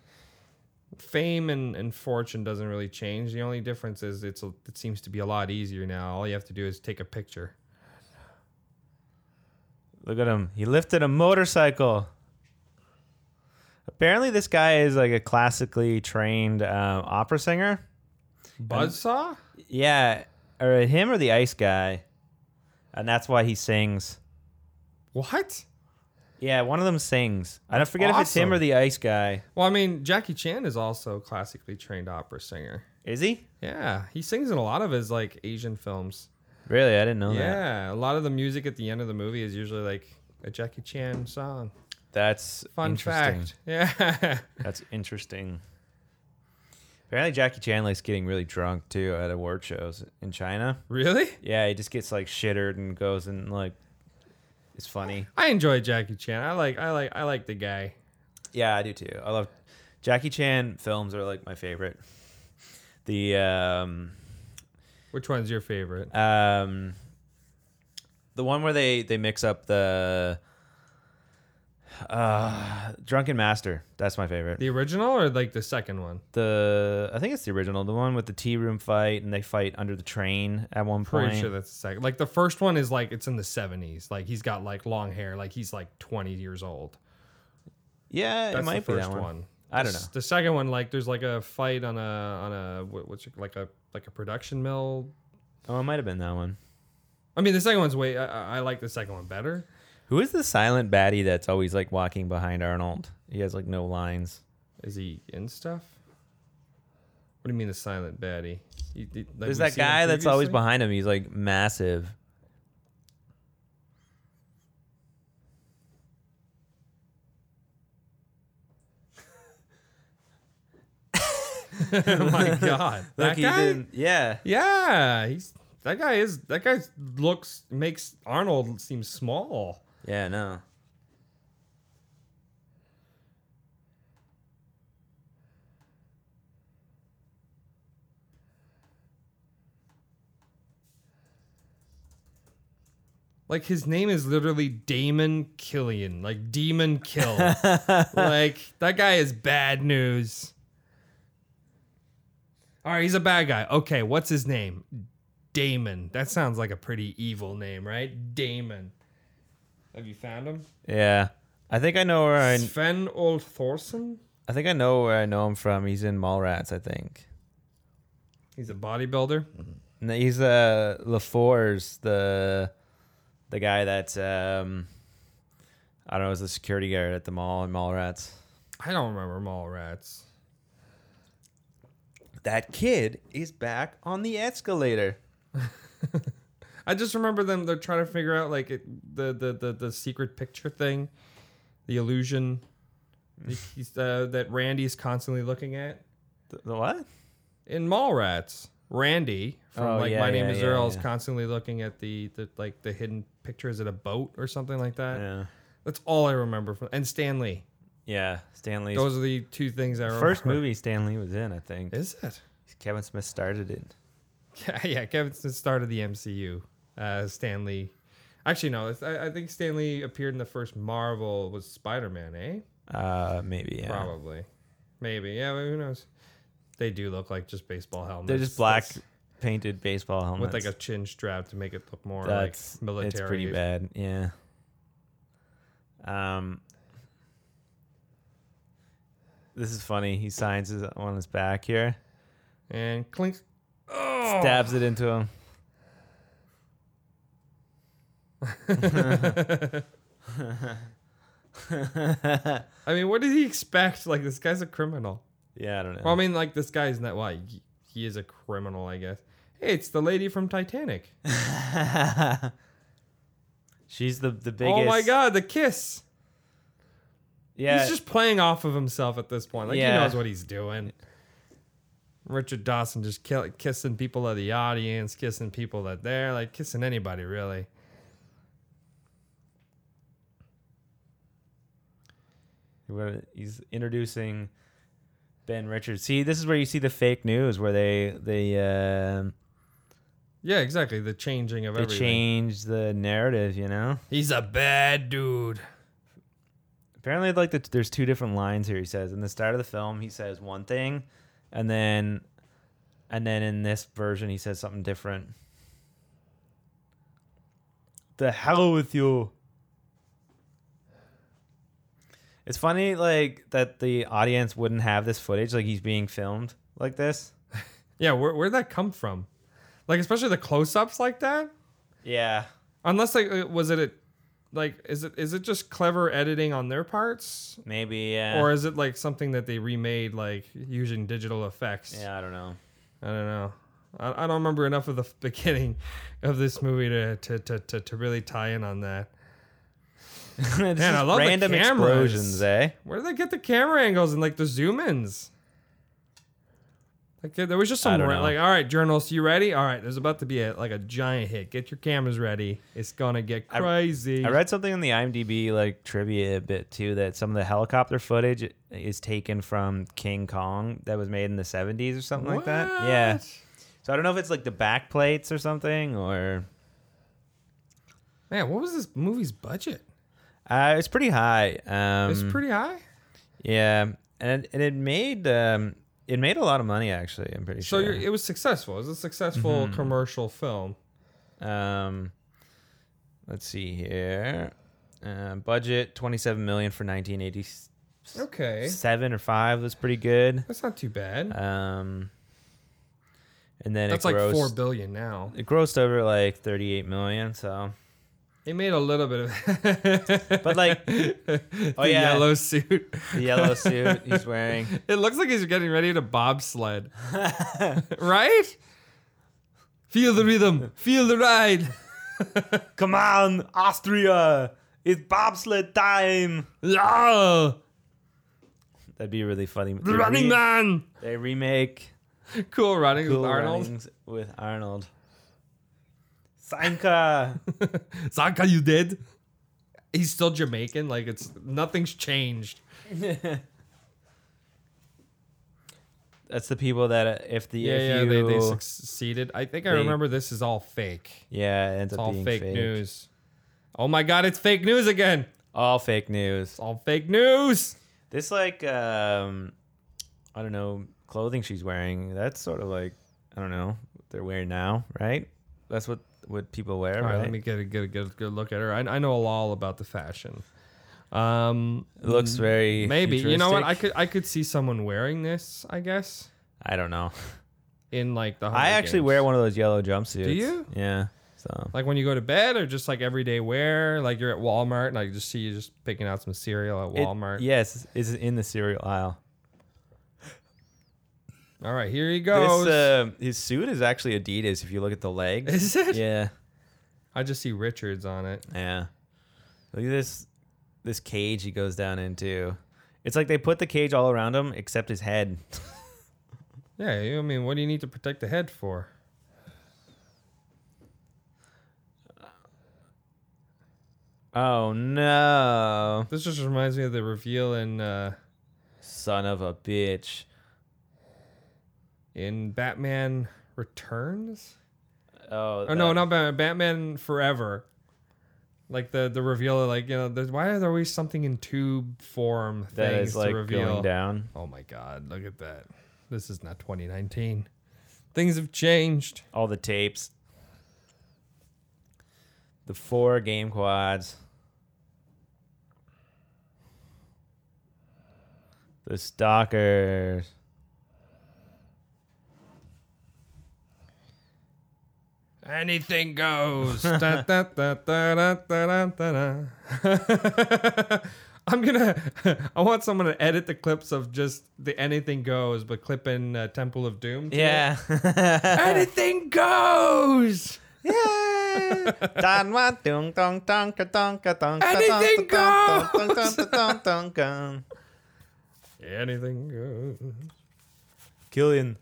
Fame and, and fortune doesn't really change. The only difference is it's a, it seems to be a lot easier now. All you have to do is take a picture.
Look at him. He lifted a motorcycle. Apparently, this guy is like a classically trained um, opera singer.
Buzzsaw?
Yeah, or him or the ice guy, and that's why he sings.
What?
Yeah, one of them sings. I don't forget if it's him
awesome.
or the ice guy.
Well, I mean, Jackie Chan is also a classically trained opera singer.
Is he?
Yeah, he sings in a lot of his like Asian films.
Really, I didn't know that.
Yeah, a lot of the music at the end of the movie is usually like a Jackie Chan song.
That's
Fun
interesting.
fact. Yeah. <laughs>
That's interesting. Apparently, Jackie Chan likes getting really drunk too at award shows in China.
really?
Yeah, he just gets like shittered and goes and like, it's funny.
I enjoy Jackie Chan. I like I like I like the guy.
Yeah, I do too. I love Jackie Chan films are like my favorite. The um
Which one's your favorite?
um the one where they they mix up the uh Drunken Master. That's my favorite.
The original or like the second one?
The I think it's the original, the one with the tea room fight and they fight under the train at one
Pretty
point.
sure that's the second. Like the first one is like it's in the 70s. Like he's got like long hair, like he's like 20 years old.
yeah,
That's
it might
the
be
first
that one.
one.
I don't
The s-
know.
The second one like there's like a fight on a on a what- what's it, like a like a production mill.
Oh, it might have been that one.
I mean, the second one's way I, I- I like the second one better.
Who is the silent baddie that's always like walking behind Arnold? He has like no lines.
Is he in stuff? What do you mean the silent baddie? You- you- like,
There's
we
that
seen him
guy that's always
previously? <laughs>
behind him. He's like massive.
oh my
<laughs>
god. that
he
guy?
didn't- Yeah.
Yeah, he's that guy is that guy looks makes Arnold seem small.
Yeah, no.
Like his name is literally Damon Killian, like Demon Kill. like that guy is bad news. All right, he's a bad guy. Okay, what's his name? Damon. That sounds like a pretty evil name, right? Damon. Have you found him?
Yeah. I think I know where I
Sven Ole Thorson.
I think I know where I know him from. He's in Mallrats, I think.
He's a bodybuilder.
No, he's uh LaFours, the the guy that's um I don't know, is the security guard at the mall in Mallrats.
I don't remember Mallrats.
That kid is back on the escalator.
I just remember them. They're trying to figure out like it, the, the the the secret picture thing, the illusion.
Mm.
Like, he's, uh, that Randy's constantly looking at
The, the what?
in Mallrats. Randy from
Oh,
like
yeah,
My Name
yeah,
Is
yeah,
Earl is
yeah.
constantly looking at the, the like the hidden pictures at a boat or something like that.
Yeah.
That's all I remember from and Stanley.
Yeah. Stanley's
Those are the two things I remember.
first movie Stanley was in, I think.
is it?
Kevin Smith started it.
Yeah, <laughs> yeah. Kevin Smith started the MCU. Uh, Stanley, actually no, it's- I, I think Stanley appeared in the first Marvel was Spider Man, eh?
Uh, maybe. Yeah.
Probably, maybe. Yeah, well, who knows? They do look like just baseball helmets.
They're just black
That's-
painted baseball helmets
with like a chin strap to make it look more
That's
like military.
It's pretty bad. Yeah. Um. This is funny. He signs his on his back here,
And clink. Oh,
stabs it into him.
I mean, what did he expect? Like this guy's a criminal.
Yeah, I don't know.
Well, I mean, like this guy's not. Why he- he is a criminal, I guess. Hey, it's the lady from Titanic.
<laughs> She's the the biggest.
Oh my god, the kiss.
Yeah,
He's just playing off of himself at this point. Like he
Yeah.
knows what he's doing. Richard Dawson just kill, kissing people of the audience, kissing people that there, like kissing anybody really.
Where he's introducing Ben Richards. See, this is where you see the fake news where they they um
Yeah, exactly. The changing of
they
everything.
change the narrative. You know,
He's a bad dude.
apparently, like the, there's two different lines here. He says in the start of the film, he says one thing, and then and then in this version, he says something different. The hell with you. It's funny, like that the audience wouldn't have this footage, like he's being filmed like this.
Yeah, where where'd that come from? Like especially the close-ups like that.
Yeah.
Unless like uh, was it, a, like is it is it just clever editing on their parts,
Maybe, yeah.
or is it like something that they remade like using digital effects?
yeah, I don't know.
I don't know. I, I don't remember enough of the <laughs> f- beginning of this movie to to, to, to, to really tie in on that.
<laughs> Man,
I love the
random
cameras.
explosions, eh?
Where did they get the camera angles and like the zoom ins? Like there was just
I
some
don't
ra-
know.
like, all right, journalists, you ready? All right, there's about to be a, like a giant hit. Get your cameras ready. It's gonna get
I-
crazy.
I read something in the IMDb like trivia a bit too that some of the helicopter footage is taken from King Kong that was made in the 70s or something like that. Yeah.
What?
So I don't know if it's like the back plates or something or
Man, what was this movie's budget?
uh, it's pretty high. Um,
It's pretty high.
Yeah, and and it made um, it made a lot of money actually. I'm pretty
So
sure.
you're, it was successful. It was a successful
Mm-hmm.
commercial film.
Um, let's see here. Uh, budget twenty seven million for nineteen eighty
Okay,
seven or five was pretty good.
that's not too bad.
Um, and then
that's
it
like
grossed,
four billion now.
It grossed over like thirty eight million. So,
It made a little bit of.
but
<laughs>
like
oh
yeah.
yellow suit. <laughs>
the yellow suit he's wearing.
It looks like he's getting ready to
<laughs>
bobsled. right? Feel the rhythm. Feel the ride.
Come on, Austria! It's bobsled time.
Ah,
That'd be really funny.
the
They
running
re-
man.
They remake
Cool running
Cool
with Arnold.
Runnings with Arnold. Sanka. <laughs>
Zanka, you dead? He's still Jamaican. Like it's nothing's changed.
That's the people that uh, if the
Yeah,
if
yeah.
you,
They, they succeeded. I think I
They-
remember this is all fake.
yeah, it ends
It's
up
all
being
fake news. Oh my god, it's fake news again.
All fake news.
It's all fake news.
This like um, I don't know clothing she's wearing. That's sort of like I don't know what they're wearing now, right? That's what what people wear,
All right,
right?
let me get a good, good, good look at her. I, I know a lot all about the fashion. Um,
it looks very
maybe you know what? I
futuristic.
could I could see someone wearing this. I guess
I don't
<laughs>
know.
in like the.
I
Hunger
actually
Games.
wear one of those yellow jumpsuits.
Do you?
Yeah. So
Like when you go to bed, or just like everyday wear. Like you're at Walmart, and I just see you just picking out some cereal at
It-
Walmart.
yes, it's in the cereal aisle.
All right, here he goes.
This, uh, his suit is actually Adidas. If you look at the leg,
Is it?
yeah,
I just see Richards on it.
yeah. Look at this, this cage he goes down into. It's like they put the cage all around him except his head.
Yeah, you- I mean, what do you need to protect the head for?
Oh no,
This just reminds me of the reveal in uh,
son of a bitch!
in Batman Returns.
Oh,
Oh no,
that-
not Batman, Batman Forever. Like the the reveal, like you know, there's, why are there always something in tube form
That
things
is like
to reveal?
going down.
Oh my God, look at that! This is not 2019. Things have changed.
All the tapes, the four game quads, the stalkers.
Anything
<laughs>
goes. Da, da, da, da, da, da, da, da, da. <laughs> I'm gonna. <laughs> I want someone to edit the clips of just the anything goes, but clipping uh, Temple of Doom. to it.
<laughs> Yeah.
Anything goes.
Don Juan, dung, dung, dung, ka, dung, ka, dung, ka, dung,
Anything
ka, dung, dung, dung, dung, dung, dung.
Anything goes.
Killian,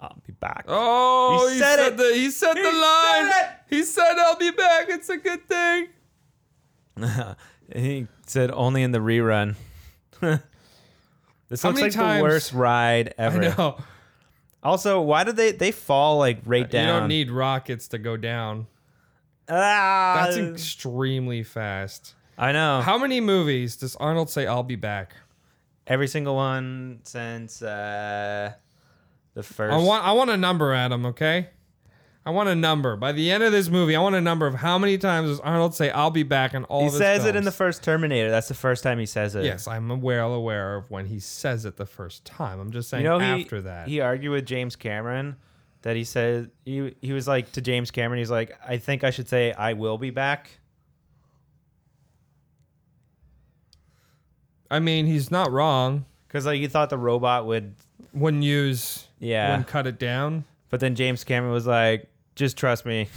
I'll be back.
Oh,
He
he,
said
said,
it.
the he said the
said
line.
it.
He said, "I'll be back. It's a good thing."
He said only in the rerun. this
How
looks
many
like the
times-
worst ride
I
ever.
know.
Also, why did they they fall like right down?
You don't need rockets to go down.
Ah,
That's extremely fast.
I know.
How many movies does Arnold say, "I'll be back"?
Every single one since uh, the first.
I want I want a number, Adam. Okay, I want a number. By the end of this movie, I want a number of how many times does Arnold say "I'll be back" in all.
he
of his
says it in
films.
the first Terminator. That's the first time he says it.
Yes, I'm well aware of when he says it the first time. I'm just saying
You know, he-
after that.
he argued with James Cameron that he said he he was like to James Cameron. He's like, I think I should say I will be back.
I mean, he's not wrong.
Because like you thought the robot would,
Wouldn't use.
Yeah.
Wouldn't cut it down. <laughs>
but then James Cameron was like, "Just trust me."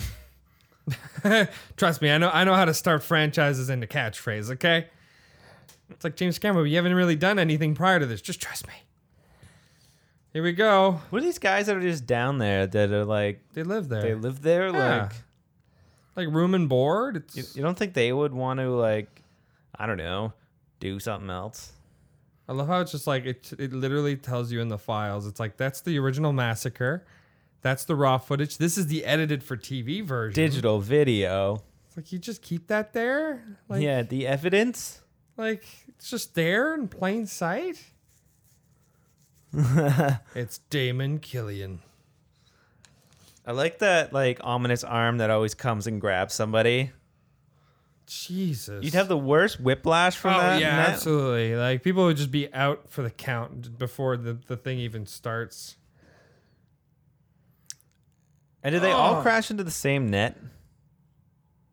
Trust me, I know I know how to start franchises into catchphrase, okay? It's like James Cameron, you haven't really done anything prior to this. Just trust me. Here we go.
<laughs> What are these guys that are just down there that are like
They live there.
they live there?
Yeah.
Like
like room and board. It's
you, you don't think they would want to like, I don't know, do something else?
I love how it's just like it it literally tells you in the files. It's like that's the original massacre. That's the raw footage. This is the edited for TV version.
Digital video.
It's like you just keep that there? Like
yeah, the evidence.
Like it's just there in
<laughs>
plain sight. it's Damon Killian.
I like that like ominous arm that always comes and grabs somebody.
Jesus.
You'd have the worst whiplash from
Oh
that.
yeah,
and that-
absolutely. Like people would just be out for the count before the, the thing even starts.
And did they
Oh.
all crash into the same net?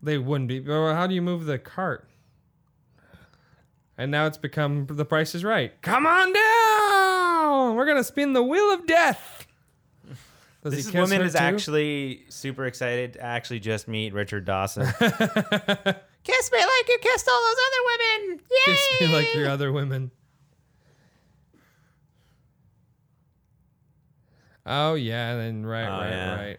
They wouldn't be. Well, how do you move the cart? And now it's become the price is right. Come on down. We're gonna spin the wheel of death. Does he
This
kiss
woman
her
is
too?
actually super excited to actually just meet Richard Dawson.
<laughs>
kiss me like you kissed all those other women. Yay!
kiss me like your other women. Oh yeah, then right,
Oh,
right,
yeah.
right.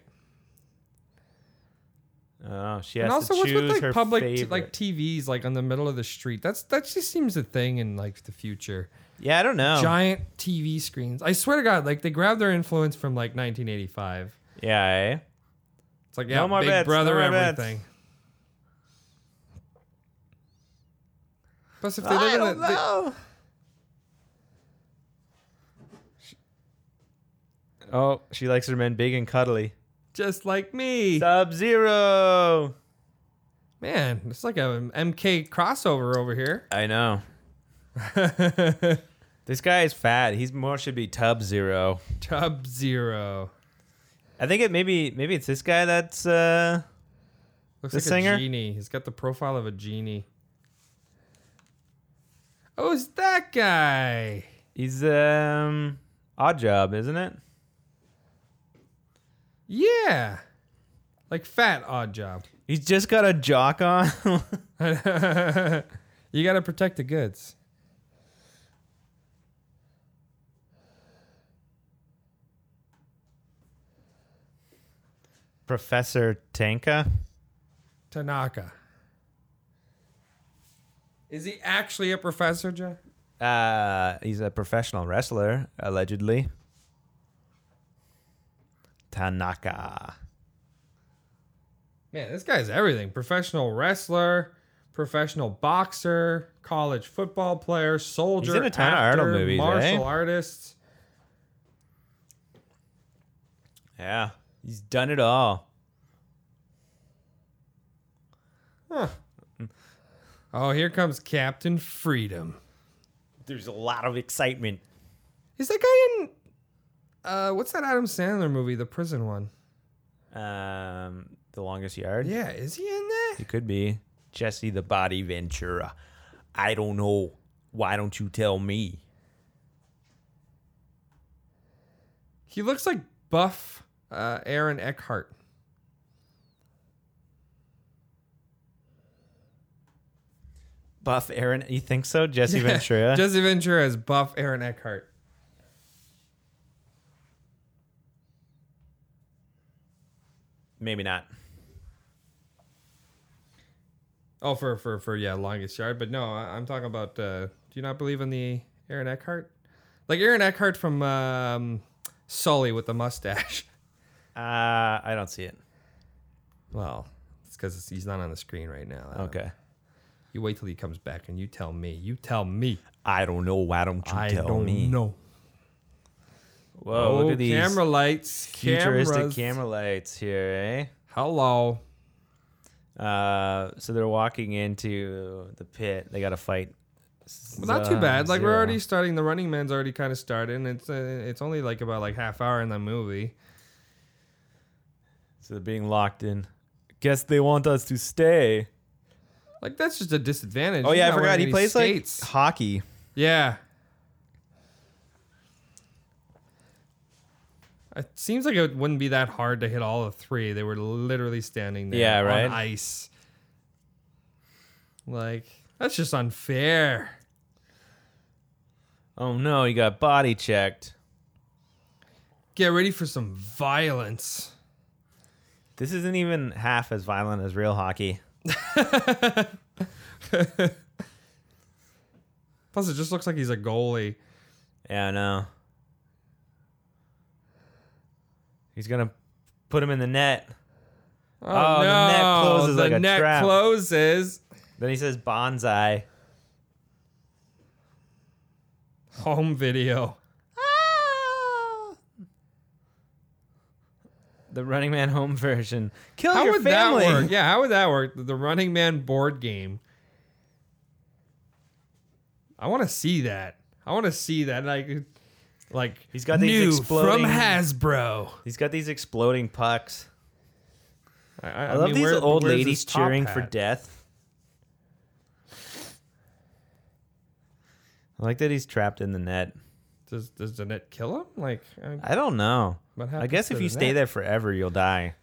Oh, she has
And also,
to
what's
choose
with like
her
public t-
favorite.
like TVs like on the middle of the street? That's that just seems a thing in like the future.
yeah, I don't know.
Giant TV screens. I swear to God, like they grabbed their influence from like 1985.
yeah, eh?
It's like yeah,
more
Big
bets,
Brother,
no more bets.
everything. Plus, if they live in the, they-
Oh, she likes her men big and cuddly.
just like me,
Sub Zero.
man, it's like a MK crossover over here.
<laughs> I know. this guy is fat. He's more should be Tub Zero.
Tub Zero.
I think it maybe maybe it's this guy that's uh
Looks
The
like
singer?
a genie. He's got the profile of a genie. Oh, it's that guy.
he's um odd job, isn't it?
Yeah. Like fat odd job. <laughs>
He's just got a jock on. <laughs>
you gotta protect the goods.
Professor Tanka.
Tanaka. Is he actually a professor, Jeff?
Uh, he's a professional wrestler, allegedly. Tanaka.
Man, this guy's everything. Professional wrestler, professional boxer, college football player, soldier,
in a ton of
actor,
Arnold movies,
martial
eh?
artist.
Yeah, he's done it all.
Oh, here comes Captain Freedom.
There's a lot of excitement.
Is that guy in uh what's that Adam Sandler movie, the prison one?
Um, the longest yard.
Yeah, is he in there?
It could be Jesse the Body Ventura. I don't know. Why don't you tell me?
He looks like buff uh Aaron Eckhart.
Buff Aaron, you think so? <laughs> Jesse Ventura.
<laughs> Jesse Ventura as buff Aaron Eckhart.
Maybe not.
Oh, for for for yeah, longest yard. But no, I, I'm talking about. Uh, do you not believe in the Aaron Eckhart? Like Aaron Eckhart from um, Sully with the mustache. <laughs>
Uh, I don't see it.
Well, it's because he's not on the screen right now. Uh,
Okay.
You wait till he comes back and you tell me. You tell me.
I don't know. Why don't Oh, you
I
tell
don't
me?
know. Oh,
Whoa, look at these
camera lights.
futuristic
cameras.
camera lights here,
Hello.
eh? Uh, so they're walking into the pit. They got to fight.
Well, not too bad. Like we we're
Zero.
already starting. The Running Man's already kind of started. And it's uh, it's only like about like half hour in the movie.
So they're being locked in. Guess they want us to stay.
Like that's just a disadvantage.
Oh
He's
yeah, I
not
forgot.
wearing
He
any
plays
skates.
like hockey.
Yeah. It seems like it wouldn't be that hard to hit all the three. They were literally standing there
Yeah,
on
right?
ice. Like, that's just unfair.
Oh no, he got body checked.
Get ready for some violence.
This isn't even half as violent as real hockey.
Plus, it just looks like he's a goalie.
Yeah, I know. He's gonna put him in the net.
Oh,
Oh, the net closes
the
like a
net
trap.
closes.
Then he says bonsai.
Home video.
The Running Man home <laughs> version. Kill
How
Oh, your
would
family.
that work? Yeah, how would that work? The Running Man board game. I want to see that. I want to see that. Like, like
He's got these
new
exploding-
from Hasbro.
He's got these exploding pucks.
I,
I, love
mean,
these
where-
old
where's
ladies
his top
cheering for
hat?
death. I like that he's trapped in the net.
Does does the net kill him? Like, I,
I don't know.
What
I
happens
guess
to
if
the
you stay
net?
there forever, you'll die.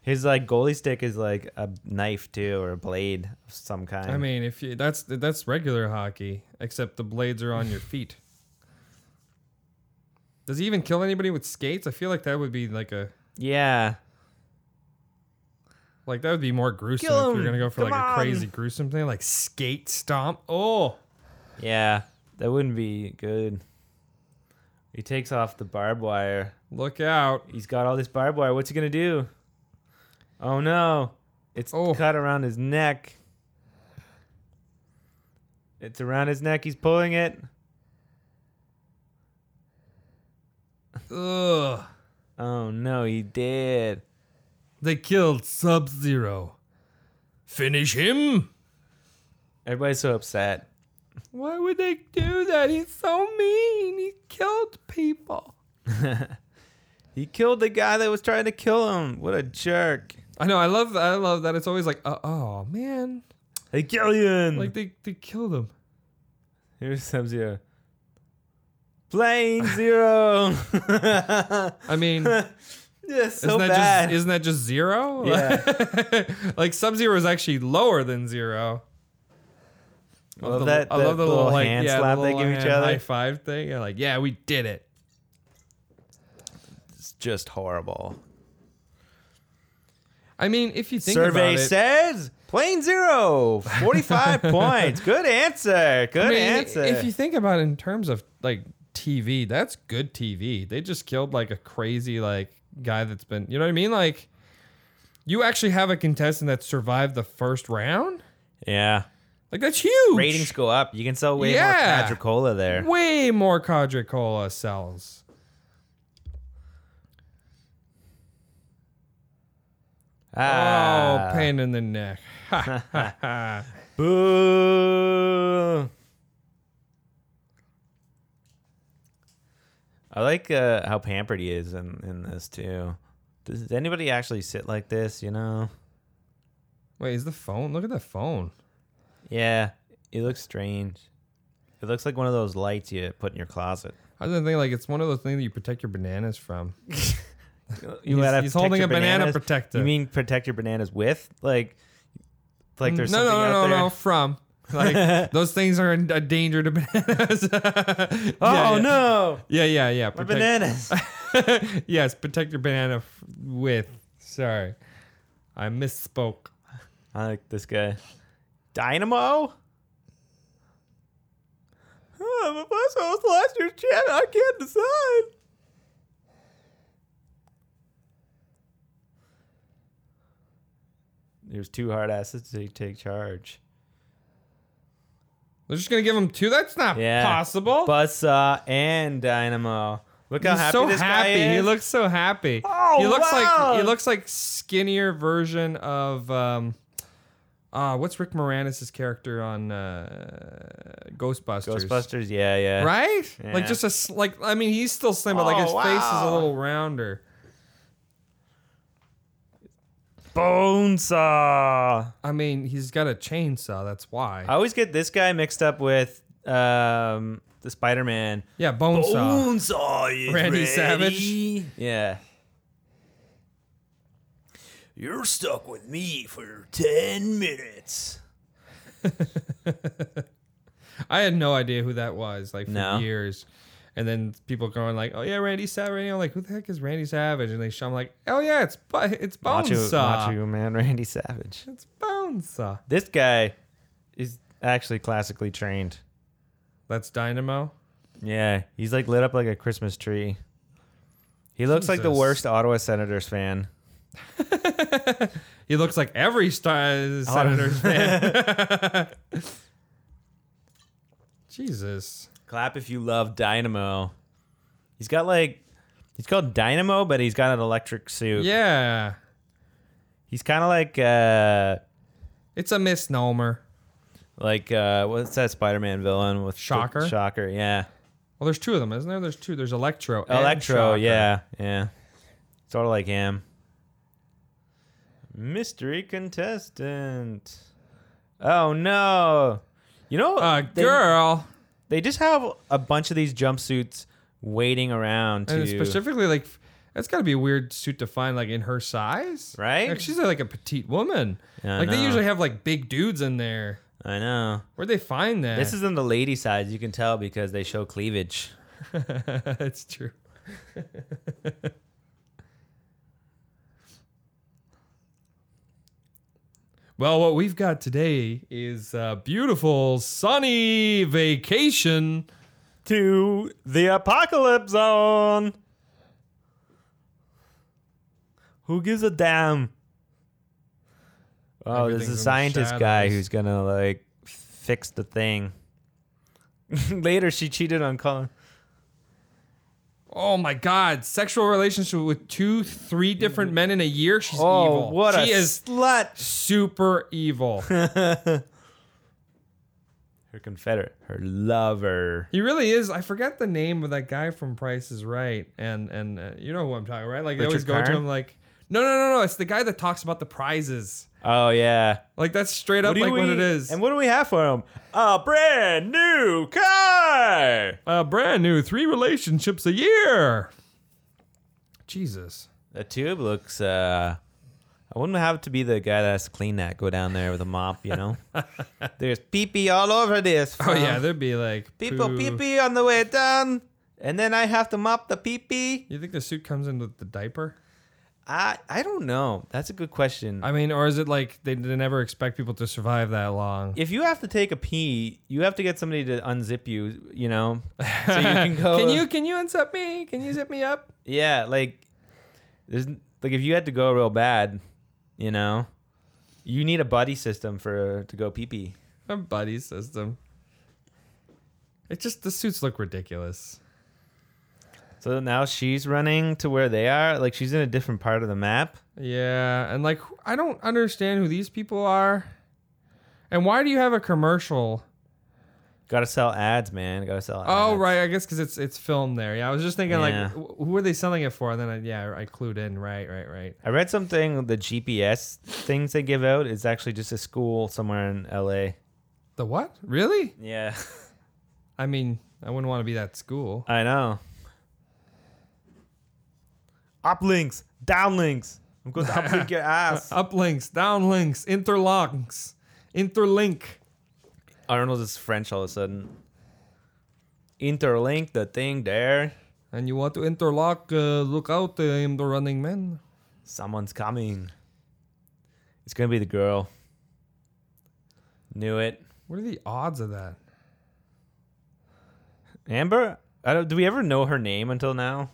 His like goalie stick is like a knife too, or a blade of some kind.
I mean, if you that's that's regular hockey, except the blades are on your feet. Does he even kill anybody with skates? I feel like that would be like a
yeah.
Like that would be more gruesome
Kill
if
him.
you're gonna go for
Come
like
on.
a crazy gruesome thing, like skate stomp. Oh,
Yeah, that wouldn't be good. He takes off the barbed wire.
look out!
He's got all this barbed wire. What's he gonna do? Oh no, it's
Oh.
cut around his neck. It's around his neck. He's pulling it.
Ugh,
Oh no, he did.
they killed Sub Zero. Finish him.
Everybody's so upset.
Why would they do that? He's so mean. He killed people.
He killed the guy that was trying to kill him. What a jerk.
I know. I love. I love that. It's always like, uh, oh man,
Hey, Gillian.
like they they killed him.
Here's Sub Zero. Plane Zero. <laughs>
I mean,
yeah, so
isn't that
bad.
just isn't that just zero?
Yeah.
<laughs> like Sub Zero is actually lower than zero.
I love
the-
that,
I
that
love the
little,
little, like,
hand
yeah, the
slap they
little
give each
hand
other.
High five thing. Yeah, like, yeah, we did it.
It's just horrible.
I mean, if you think
Survey
about it,
says plane zero,
<laughs>
45 points. Good answer. Good
I mean,
answer.
If you think about it in terms of like TV, that's good TV. They just killed like a crazy like guy that's been, you know what I mean? Like, you actually have a contestant that survived the first round.
yeah.
Like that's huge.
Ratings go up. You can sell way
Yeah.
more Coca-Cola there.
Way more Cadre Cola sells.
Ah,
oh, pain in the neck.
Boo. I like uh, how pampered he is in, in this too. Does anybody actually sit like this? You know?
Wait, is the phone? Look at that phone.
Yeah. It looks strange. It looks like one of those lights you put in your closet.
I was thinking like it's one of those things that you protect your bananas from.
You
He's-
gotta protect
he's holding
your
a banana
bananas.
protector.
You mean protect your bananas with? Like, like there's
no, no,
something out
no, no,
there.
<laughs> no, from.
<laughs>
Like those things are in, a danger to bananas. <laughs> oh
Oh no,
Yeah, yeah, yeah.
my
Protect, <laughs>
bananas.
yes, protect your banana f- with. Sorry, I misspoke.
I like this guy. Dynamo? Huh, but my soul's last year's champ. I can't decide. There's two hard asses to take charge.
They're just gonna give him two. That's not
Yeah.
possible.
Buzzsaw and Dynamo. Look how
He's
happy
so
this
happy.
guy is.
He looks so happy.
Oh,
he looks
wow.
like he looks like skinnier version of um, uh, what's Rick Moranis' character on uh, Ghostbusters?
Ghostbusters, yeah, yeah.
<laughs> right?
Yeah.
Like just a s- like I mean he's still slim, but like his
Oh,
face is a
wow.
little rounder.
Bonesaw.
I mean he's got a chainsaw. That's why.
I always get this guy mixed up with um, the Spider Man.
yeah, bone saw.
Bonesaw is
Randy Savage.
Yeah.
You're stuck with me for 10 minutes.
I had no idea who that was like for
No.
years. And then people going like, "Oh yeah, Randy Savage." I'm like, "Who the heck is Randy Savage?" And they show. I'm like, "Oh yeah, it's Bu- it's Bone
Macho,
Saw.
Macho Man <laughs> Randy Savage.
It's Bone Saw.
This guy is actually classically trained.
That's Dynamo.
Yeah, he's like lit up like a Christmas tree. He looks like the
Jesus.
worst Ottawa Senators fan.
He looks like
<laughs>
every
Oh,
star uh, Senators fan. <laughs> Jesus.
Clap if you love Dynamo. He's got like he's called Dynamo, but he's got an electric suit.
Yeah.
He's kind of like uh
It's a misnomer.
like uh what's that Spider-Man villain with the-
Shocker?
Shocker, yeah.
Well, there's two of them, isn't there? There's two. There's Electro. and
Electro,
Shocker.
yeah, yeah. Sort of like him. Mystery contestant. Oh no. You know,
Uh,
they,
girl.
they just have a bunch of these jumpsuits waiting around to
And specifically, like, that's got to be a weird suit to find, like, in her size.
Right?
Like, she's like a petite woman.
Yeah, I
like, they
know.
usually have, like, big dudes in there.
I know.
Where'd they find that?
This is in the lady size, you can tell because they show cleavage.
<laughs> That's true. <laughs> well, what we've got today is a beautiful sunny vacation.
To the apocalypse zone. Who gives a damn? Oh, there's a
Everything's in the
scientist guy
shadows.
who's gonna like fix the thing. <laughs> Later, she cheated on Colin.
Oh my God! Sexual relationship with two, three different men in a year. She's
Oh,
evil.
what
she
a
is
slut!
super evil.
<laughs> Her confederate, her lover.
he really is. I forgot the name of that guy from Price is Right, and and uh, you know who I'm talking about, right? Like they
Richard
always go to
Karn?
him like, no, no, no, no. It's the guy that talks about the prizes.
Oh yeah,
Like that's straight up
do
like what
we-
it is.
And what do we have for him? A brand new car.
a Uh, brand new three relationships a year. Jesus.
The tube looks. uh I wouldn't have to be the guy that has to clean that. Go down there with a mop, you
<laughs>
know. There's pee pee all over this.
Oh yeah, there'd be like
people
poo.
pee pee on the way down. and then I have to mop the pee pee.
You think the suit comes in with the diaper?
I I don't know. That's a good question.
I mean, or is it like they, they never expect people to survive that long?
if you have to take a pee, you have to get somebody to unzip you. You
<laughs>
know, so you can go.
Can you can you unzip me? Can you zip me up?
Yeah, like there's n- like if you had to go real bad, you know, you need a buddy system for to go pee pee.
A buddy system. It just the suits look ridiculous.
So now she's running to where they are. Like she's in a different part of the map.
Yeah, and like wh- I don't understand who these people are, and why do you have a commercial?
Got to sell ads, man. Got to sell. Ads.
Oh right, I guess because it's it's filmed there. Yeah, I was just thinking
Yeah.
like wh- who are they selling it for? And then I, yeah, I clued in. Right, right, right.
I read something. The GPS things they give out is actually just a school somewhere in LA.
The what? Really?
Yeah,
I mean, I wouldn't want to be that school.
I know. Uplinks, downlinks. I'm
<laughs>
going to uplink your ass.
Uplinks, downlinks, interlocks, interlink.
Arnold is French all of a sudden. Interlink the thing there.
And you want to interlock? Uh, look out! I am the running man.
Someone's coming. It's gonna be the girl. Knew it.
What are the odds of that?
Amber. I don't, do we ever know her name until now?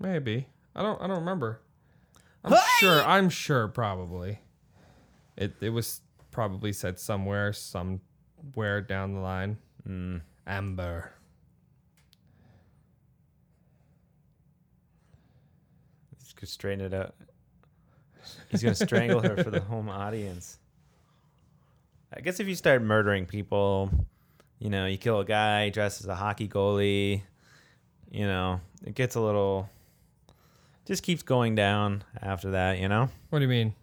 Maybe. I don't I don't remember. I'm sure I'm sure probably. It it was probably said somewhere, somewhere down the line.
Hmm.
Amber.
He's gonna straighten it out. He's gonna strangle her for the home audience. I guess if you start murdering people, you know, you kill a guy dressed as a hockey goalie, you know, it gets a little just keeps going down after that, you know?
What do you mean?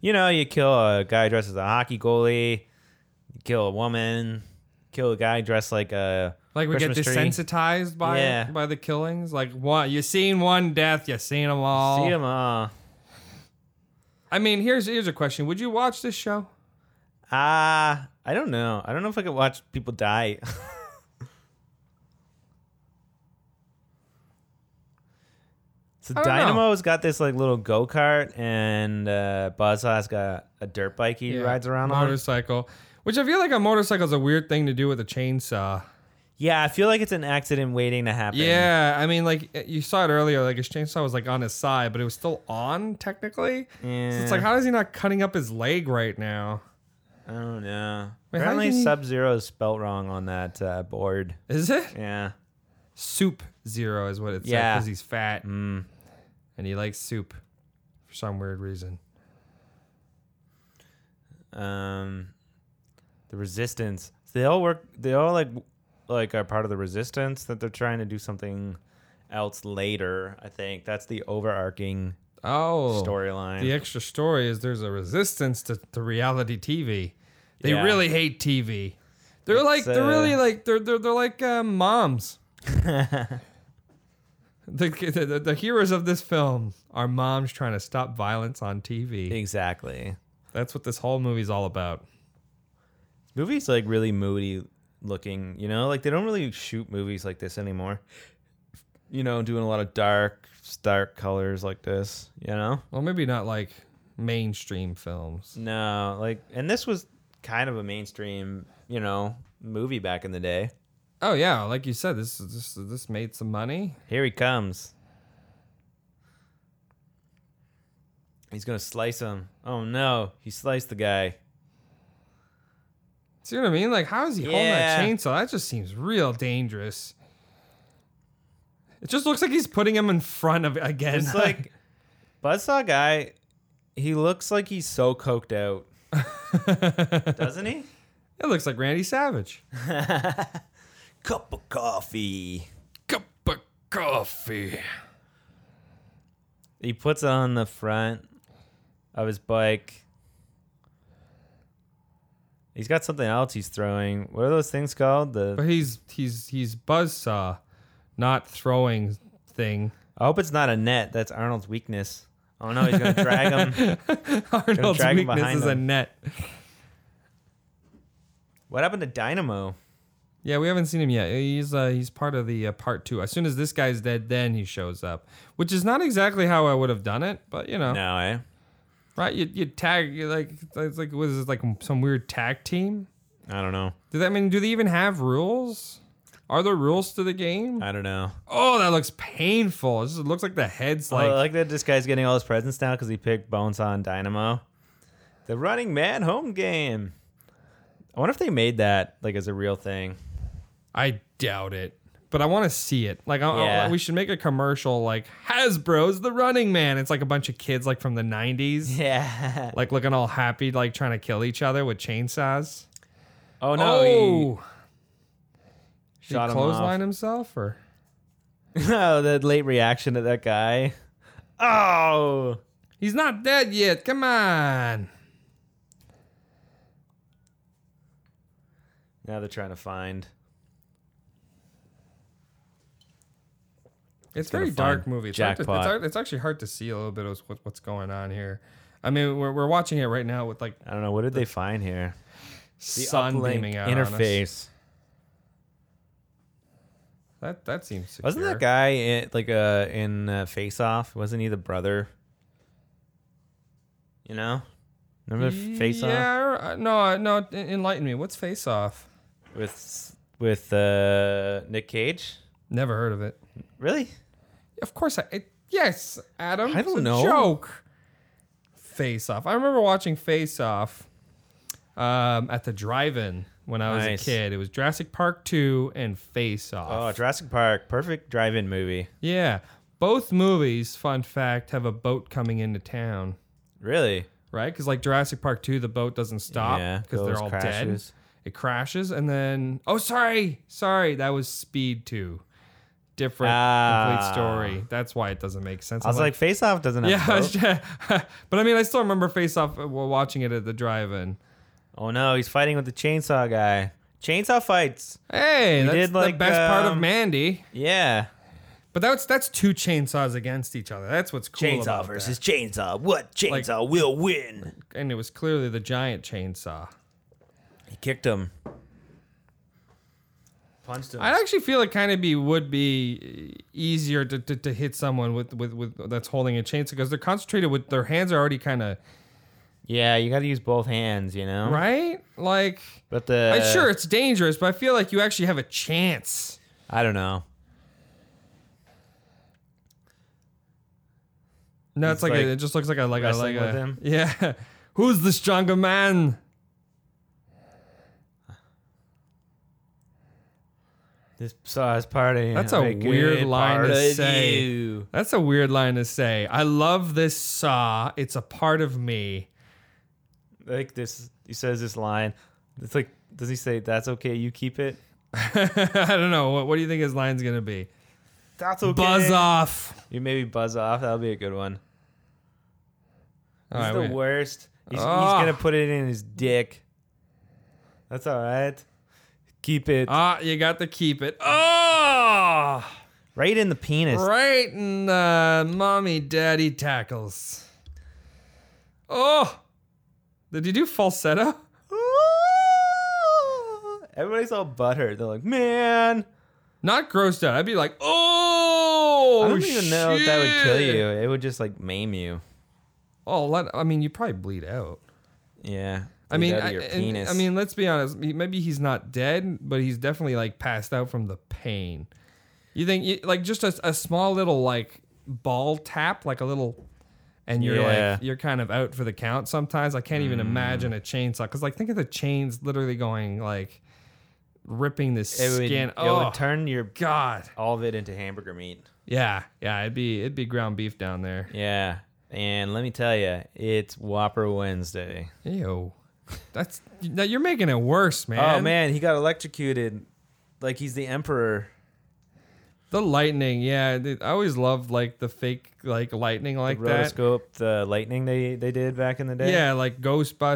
You know, you kill a guy dressed as a hockey goalie, you kill a woman, kill a guy dressed like a
Like we
Christmas
get
tree.
desensitized by
Yeah.
by the killings? Like what you seen one death, you seen them all.
See 'em, uh,
I mean, here's here's a question. Would you watch this show?
Ah, I don't know. I don't know if I could watch people die. <laughs> so
I don't know.
Dynamo's got this like little go kart, and uh, Buzzsaw's got a dirt bike he rides around on.
motorcycle. Which I feel like a motorcycle is a weird thing to do with a chainsaw.
Yeah, I feel like it's an accident waiting to happen.
Yeah, I mean, like uh, you saw it earlier, like his chainsaw was like on his side, but it was still on technically. So
Yeah.
it's like, how is he not cutting up his leg right now?
I don't know.
Wait, how
Apparently,
did he-
Sub Zero is spelt wrong on that uh, board.
Is it
Yeah.
soup zero? Is what it's yeah,
Yeah. Mm.
because he's fat and he likes soup for some weird reason.
Um, the Resistance. They all work. They all like like are part of the Resistance that they're trying to do something else later. I think that's the overarching
Oh,
storyline.
The extra story is there's a resistance to, to reality TV. They
Yeah.
really hate TV. They're like they're
uh,
really like they're they're, they're like
<laughs>
uh, moms. the, the the heroes of this film are moms trying to stop violence on TV.
Exactly.
That's what this whole movie's all about.
This movie's like really moody looking. You know, like they don't really shoot movies like this anymore. You know, doing a lot of dark, stark colors like this. You know.
Well, maybe not like mainstream films.
No, like, and this was kind of a mainstream, you know, movie back in the day.
Oh yeah, like you said, this is- this this made some money.
Here he comes. He's gonna slice him. Oh no, he sliced the guy.
See what I mean? Like, how is he holding that
Yeah.
chainsaw? That just seems real dangerous. It just looks like he's putting him in front of
<laughs>
again. <laughs>
It's like Buzzsaw guy, he looks like he's so coked <laughs> out. Doesn't he?
it looks like Randy Savage.
Cup of coffee.
Cup of coffee.
He puts it on the front of his bike. He's got something else he's throwing. What are those things called? The
But he's he's he's buzzsaw, not throwing thing. <laughs>
I hope it's not a net. That's Arnold's weakness. Oh no, he's gonna drag <laughs> him.
Arnold's
drag him
weakness
behind
is a
him.
net.
What happened to Dynamo?
Yeah, we haven't seen him yet. He's uh, he's part of the uh, part two. As soon as this guy's dead, then he shows up, which is not exactly how I would have done it, but you know,
No, eh?
right? You you tag you like it's like was this like some weird tag team?
I don't know.
Do that I mean? Do they even have rules? Are there rules to the game?
I don't know.
Oh, that looks painful. It just looks like the head's
Like,
like.
Oh, like that this guy's getting all his presents now because he picked Bonesaw and Dynamo. The Running Man home game. I wonder if they made that like as a real
<laughs>
thing.
I doubt it, but I want to see it. Like, I, I-
Yeah.
we should make a commercial like Hasbro's The Running Man. It's like a bunch of kids like from
<laughs>
the '90s,
Yeah.
like looking all happy, like trying to kill each other with chainsaws.
Oh no. he-
Did
shot
he
him <laughs>
clothesline
off.
himself or
oh, the late reaction to that guy. Oh.
he's not dead yet. Come on.
Now they're trying to find.
It's,
gonna
very dark
find
movie. It's, hard to- it's
jackpot.
hard- it's actually hard to see a little bit of what, what's going on here. I mean, we're, we're watching it right now with like
I don't know. What did they find here?
sun
uplink
beaming out on us.
interface.
That that seems secure.
Wasn't that guy in, like uh, in uh, Face Off? Wasn't he the brother? You know, remember Face Off
Yeah. uh, No, uh, no. en- Enlighten me. What's Face Off?
with with uh, Nick Cage?
Never heard of it.
Really?
Of course, I. It, yes, Adam.
I
it's
don't
a
know.
Joke. Face Off. I remember watching Face Off um, at the drive-in when I was
Nice.
a kid. It was Jurassic Park Two and Face
Oh,
Off.
Jurassic Park, perfect drive-in movie.
yeah. Both movies, fun fact, have a boat coming into town,
Really?
right? Because like Jurassic Park Two, the boat doesn't stop
Yeah,
because they're
goes,
all dead.
crashes.
it crashes and then oh sorry sorry that was speed 2 different
Ah.
complete story that's why it doesn't make sense
I was like, Face Off doesn't have.
<laughs> yeah
Yeah.
I was just- but i mean i still remember face off uh, while watching it at the drive-in
oh no, he's fighting with the chainsaw guy. Chainsaw fights.
hey that's
did,
the
like,
best part of
um,
mandy
Yeah.
but that's that's two chainsaws against each other that's what's cool about
Chainsaw
that.
versus chainsaw. What chainsaw will win?
and it was clearly the giant chainsaw
He kicked him. Punched him.
I actually feel it kind of be would be e-, easier to, to, to hit someone with, with, with that's holding a chainsaw because they're concentrated with their hands are already kind of
Yeah, you got to use both hands, you know.
right like
But the
I, sure, it's dangerous, but I feel like you actually have a chance.
I don't know.
No, it's
It's
like,
like
a, it just looks like a like a like
wrestling
a
with him.
yeah. <laughs> Who's the stronger man?
This sauce party.
That's a
make
weird
it
line
part
to
of
say.
you.
That's a weird line to say. I love this saw. It's a part of me. <laughs>
Like this, he says this line. It's like, does he say that's okay? You keep it.
I don't know. What, what do you think his line's gonna be?
That's okay.
Buzz off.
You maybe buzz off. That'll be a good one.
All
He's
right,
the
wait.
worst. He's, he's
Ah.
gonna put it in his dick. That's all right. Keep it
Ah, you got to keep it. Oh,
right in the penis.
right in the mommy daddy tackles. Oh, did you
<laughs>
do falsetto?
Everybody's all butthurt. They're like, man.
Not grossed out. I'd be like, oh,
I don't even know if that would kill
shit."
you. It would just like maim you.
Oh, let, I mean, you probably bleed out.
Yeah.
I mean,
Out of
I,
your
and-
penis.
I mean, let's be honest. he- Maybe he's not dead, but he's definitely like passed out from the pain. You think, you, like, just a, a small little like ball tap, like a little, and you're
Yeah. Mm.
like, you're kind of out for the count. Sometimes I can't even imagine a chainsaw because, like, think of the chains literally going like ripping the
it would,
skin.
it
oh,
would turn your
God.
all of it into hamburger meat.
Yeah, yeah. It'd be it'd be ground beef down there.
Yeah. And let me tell you, it's Whopper Wednesday.
Ew. That's now you're making it worse, man.
oh man, he got electrocuted, like he's the emperor.
The lightning, yeah. th- I always loved like the fake like lightning like that.
Rotoscope, the lightning they they did back in the day.
Yeah, like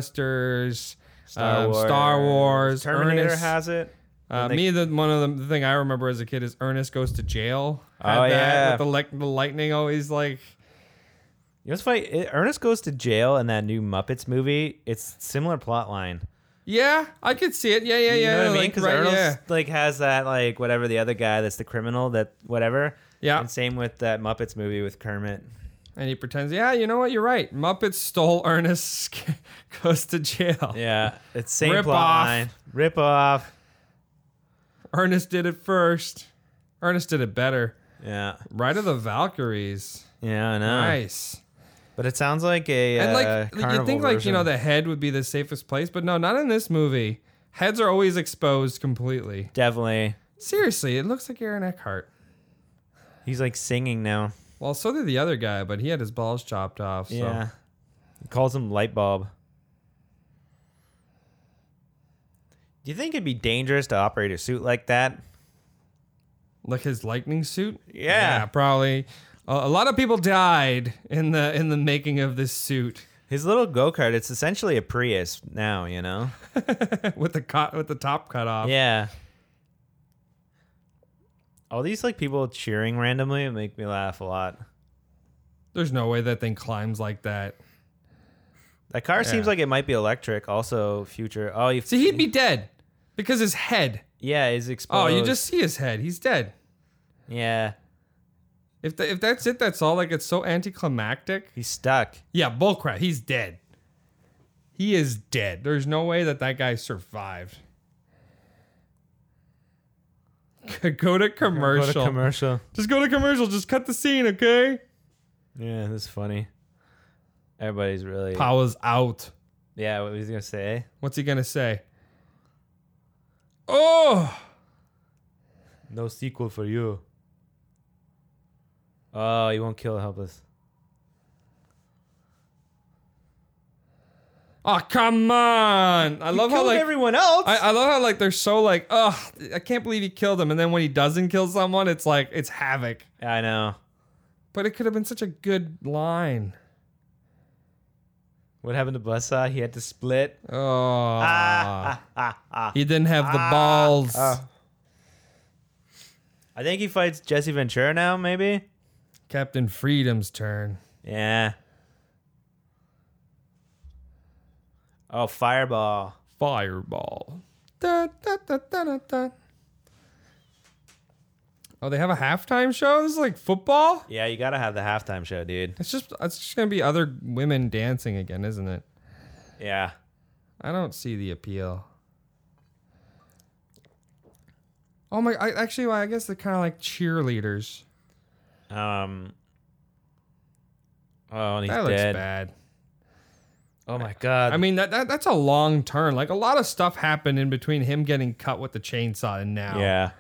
Ghostbusters, Star, um, Star Wars,
Terminator
Ernest.
has it.
uh,
they-
me the one of them- the, thing I remember as a kid is Ernest goes to jail.
Oh,
that,
yeah.
with the, like the lightning always like
You know what's funny? It- Ernest goes to jail in that new Muppets movie. It's similar plot line.
Yeah, I could see it. Yeah, yeah,
You
yeah.
know what I mean?
like,
Because
right,
Arnold
yeah.
like has that like whatever the other guy that's the criminal that whatever.
Yeah.
And same with that Muppets movie with Kermit.
And he pretends, yeah, you know what? You're right. Muppets stole <laughs> Ernest, goes to jail.
Yeah. It's same
Rip
plot
off.
line. Rip off.
Ernest did it first. Ernest did it better.
Yeah.
Ride of the Valkyries.
Yeah, I know.
Nice.
But it sounds like a
And like
uh,
you
carnival
think like you know
version.
the head would be the safest place, but no, not in this movie. Heads are always exposed completely.
definitely
Seriously, it looks like Aaron Eckhart.
he's like singing now.
Well, so did the other guy, but he had his balls chopped off. So.
Yeah. He calls him light bulb. Do you think it'd be dangerous to operate a suit like that?
like his lightning suit.
Yeah.
probably. A, a lot of people died in the in the making of this suit <laughs>
His little go kart, it's essentially a Prius now, you know?
with the cut with the top cut off.
Yeah. All these like people cheering randomly make me laugh a lot.
There's no way that thing climbs like that.
That car seems
Yeah.
like it might be electric. Also, future. Oh, you
See, he'd be dead because his head.
yeah, is exposed.
Oh, you just see his head. He's dead.
yeah,
If tha- if that's it, that's all. Like it's so anticlimactic.
he's stuck.
Yeah, bullcrap. He's dead. He is dead. There's no way that that guy survived. <laughs> Go to commercial.
Go to commercial.
Just go to commercial. Just cut the scene, okay?
Yeah, that's funny. Everybody's really.
Powers out.
Yeah, what was he gonna say?
What's he gonna say? Oh,
No sequel for you. Oh, you won't kill the helpless.
oh, come on! I love how
Killed
like
everyone else.
I, I love how like they're so like, oh, I can't believe he killed him, and then when he doesn't kill someone, it's like it's havoc.
I know.
But it could have been such a good line.
What happened to Buzzsaw? He had to split.
Oh, <laughs> he didn't have the balls.
I think he fights Jesse Ventura now, maybe.
Captain Freedom's turn.
Yeah. Oh, fireball.
Fireball. Da, da, da, da, da, da. Oh, they have a halftime show. This is like football.
Yeah, you gotta have the halftime show, dude.
It's just it's just gonna be other women dancing again, isn't it?
Yeah.
I don't see the appeal. Oh my! I, actually, well, I guess they're kind of like cheerleaders.
Um. Oh, and he's
that looks
dead.
bad.
Oh my god.
I mean, that, that that's a long turn. Like a lot of stuff happened in between him getting cut with the chainsaw and now.
yeah.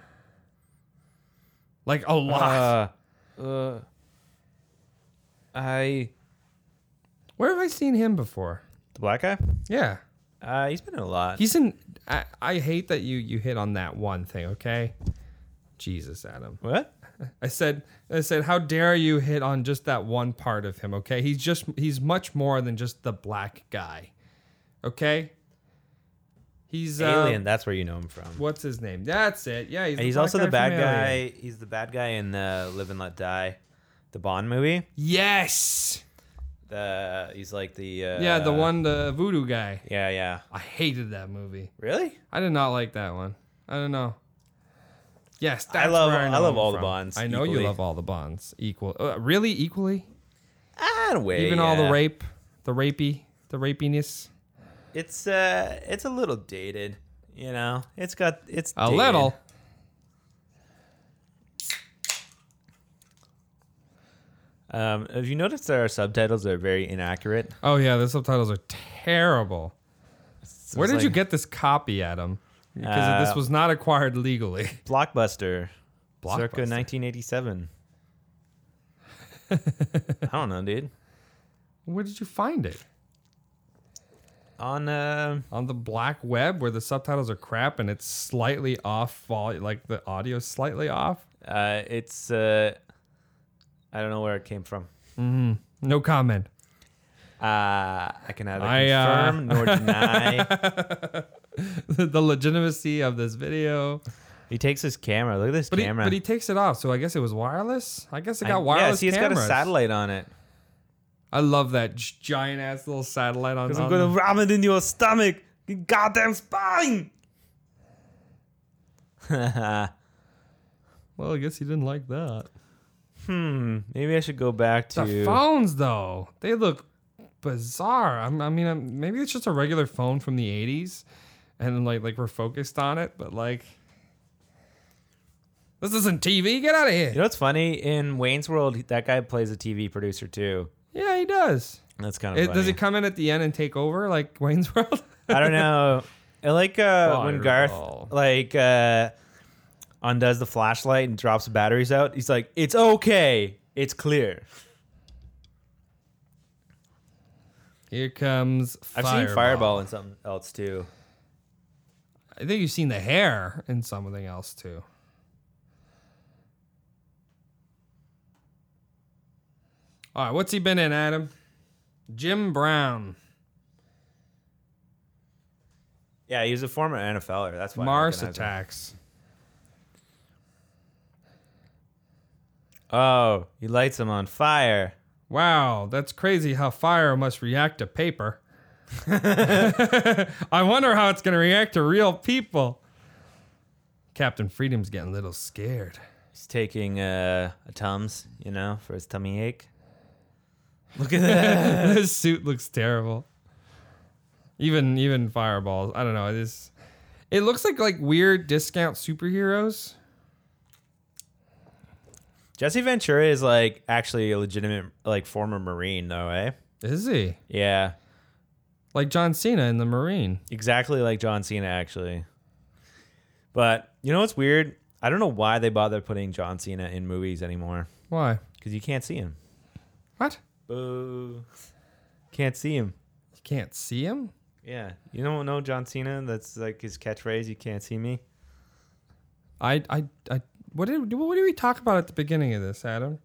like a lot.
Uh, uh, I.
Where have I seen him before?
The black guy.
Yeah,
Uh, he's been in a lot.
he's in. I, I hate that you you hit on that one thing. Okay, Jesus, Adam.
what?
I said, I said, how dare you hit on just that one part of him? Okay, he's just he's much more than just the black guy. Okay, he's uh,
Alien. That's where you know him from.
What's his name? That's it. Yeah, he's,
And he's
black
also the
guy
bad
from Alien.
guy. He's the bad guy in the Live and Let Die, the Bond movie.
Yes.
The he's like the uh,
Yeah, the one the voodoo guy.
Yeah, yeah.
I hated that movie.
Really?
I did not like that one. I don't know. Yes, that's
love-
where I,
I
know
love
him
all the
from.
Bonds
I know
equally.
you love all the bonds equal. Uh, really equally?
Ah, way.
Even all the
yeah.
rape, the rapey, the rapiness.
It's uh, it's a little dated. You know, it's got it's
A
dated.
little.
Um, have you noticed that our subtitles are very inaccurate?
Oh yeah, the subtitles are terrible.
It's
Where did
like
you get this copy, Adam? Because
Uh,
this was not acquired legally. <laughs>
Blockbuster, circa
Blockbuster.
1987?
<laughs>
I don't know, dude.
Where did you find it?
On uh,
On the black web, where the subtitles are crap and it's slightly off volume, like the audio's slightly off.
uh, it's uh, I don't know where it came from.
No comment.
Uh, I can neither
I, uh,
confirm
<laughs>
nor deny.
<laughs> the legitimacy of this video,
he takes his camera. Look at this
but he,
camera.
but he takes it off. So I guess it was wireless. I guess it got
I-
wireless.
Yeah, see, it's
cameras.
got a satellite on it.
I love that giant ass little satellite on. on
Um, ram it in your stomach.
goddamn spine. Well, I guess he didn't like that.
Maybe I should go back to.
The phones, though, they look bizarre. I'm, I mean, I'm, maybe it's just a regular phone from the '80s, and like like we're focused on it, but like this isn't TV. Get out of
you
here.
know what's funny? In Wayne's World, that guy plays a TV producer too.
Yeah, he does.
That's kind of
It, does
funny.
he come in at the end and take over like Wayne's <laughs> World?
I don't know. I like uh, when Garth
Fireball.
like uh, undoes the flashlight and drops the batteries out. He's like, "It's okay. It's clear."
Here comes.
I've
Fireball.
seen Fireball and something else too.
I think you've seen the hair in something else too. All right, what's he been in, Adam? Jim Brown,
Yeah, he was a former NFLer. That's why I
Mars
recognize him.
Attacks.
Oh, he lights him on fire.
Wow, that's crazy how fire must react
<laughs>
to paper. <laughs> I wonder how it's going to react to real people. Captain Freedom's getting a little scared.
He's taking uh, a tums, you know, for his tummy ache. Look at that.
this suit looks terrible. Even even fireballs. I don't know. It is. It looks like like weird discount superheroes.
Jesse Ventura is like actually a legitimate like former Marine though, eh?
Is he
Yeah,
like John Cena in the Marine?
exactly like John Cena actually. But you know what's weird? I don't know why they bother putting John Cena in movies anymore
Why?
because you can't see him.
What?
Boo! Can't see him.
You can't see him.
Yeah, you don't know John Cena. That's like his catchphrase. You can't see me.
I I I. What did what did we talk about at the beginning of this, Adam?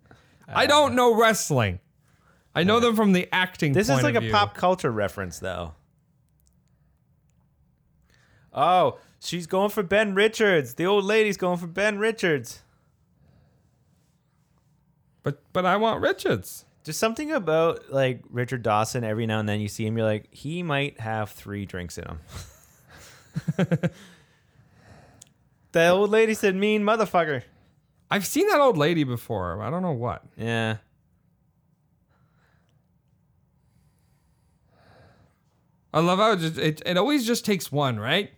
I don't know wrestling. I know them from the acting.
This is
point
like
of
a
view.
pop culture reference, though. Oh, she's going for Ben Richards. The old lady's going for Ben Richards.
But but I want Richards.
Just something about like Richard Dawson. Every now and then you see him, you're like, he might have three drinks in him. <laughs> the old lady said, "Mean motherfucker."
I've seen that old lady before. I don't know what.
Yeah.
I love how it, just, it it always just takes one, right?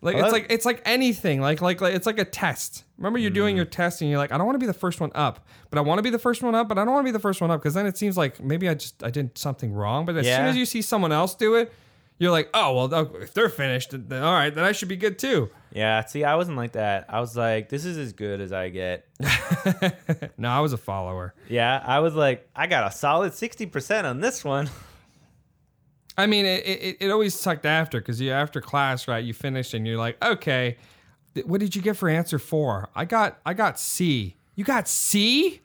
Like
Hello?
it's like it's like anything, like like like it's like a test. Remember, you're doing your test and you're like, I don't want to be the first one up, but I want to be the first one up, but I don't want to be the first one up because then it seems like maybe I just I did something wrong. But as soon
Yeah.
as you see someone else do it, you're like, oh well, th- if they're finished, then- then all right, then I should be good too.
Yeah, see, I wasn't like that. I was like, this is as good as I get.
No, I was a follower.
Yeah, I was like, I got a solid 60% on this one.
I mean, it it, it always sucked after because you after class, right? You finished and you're like, okay, th- what did you get for answer four? I got I got C. You got C.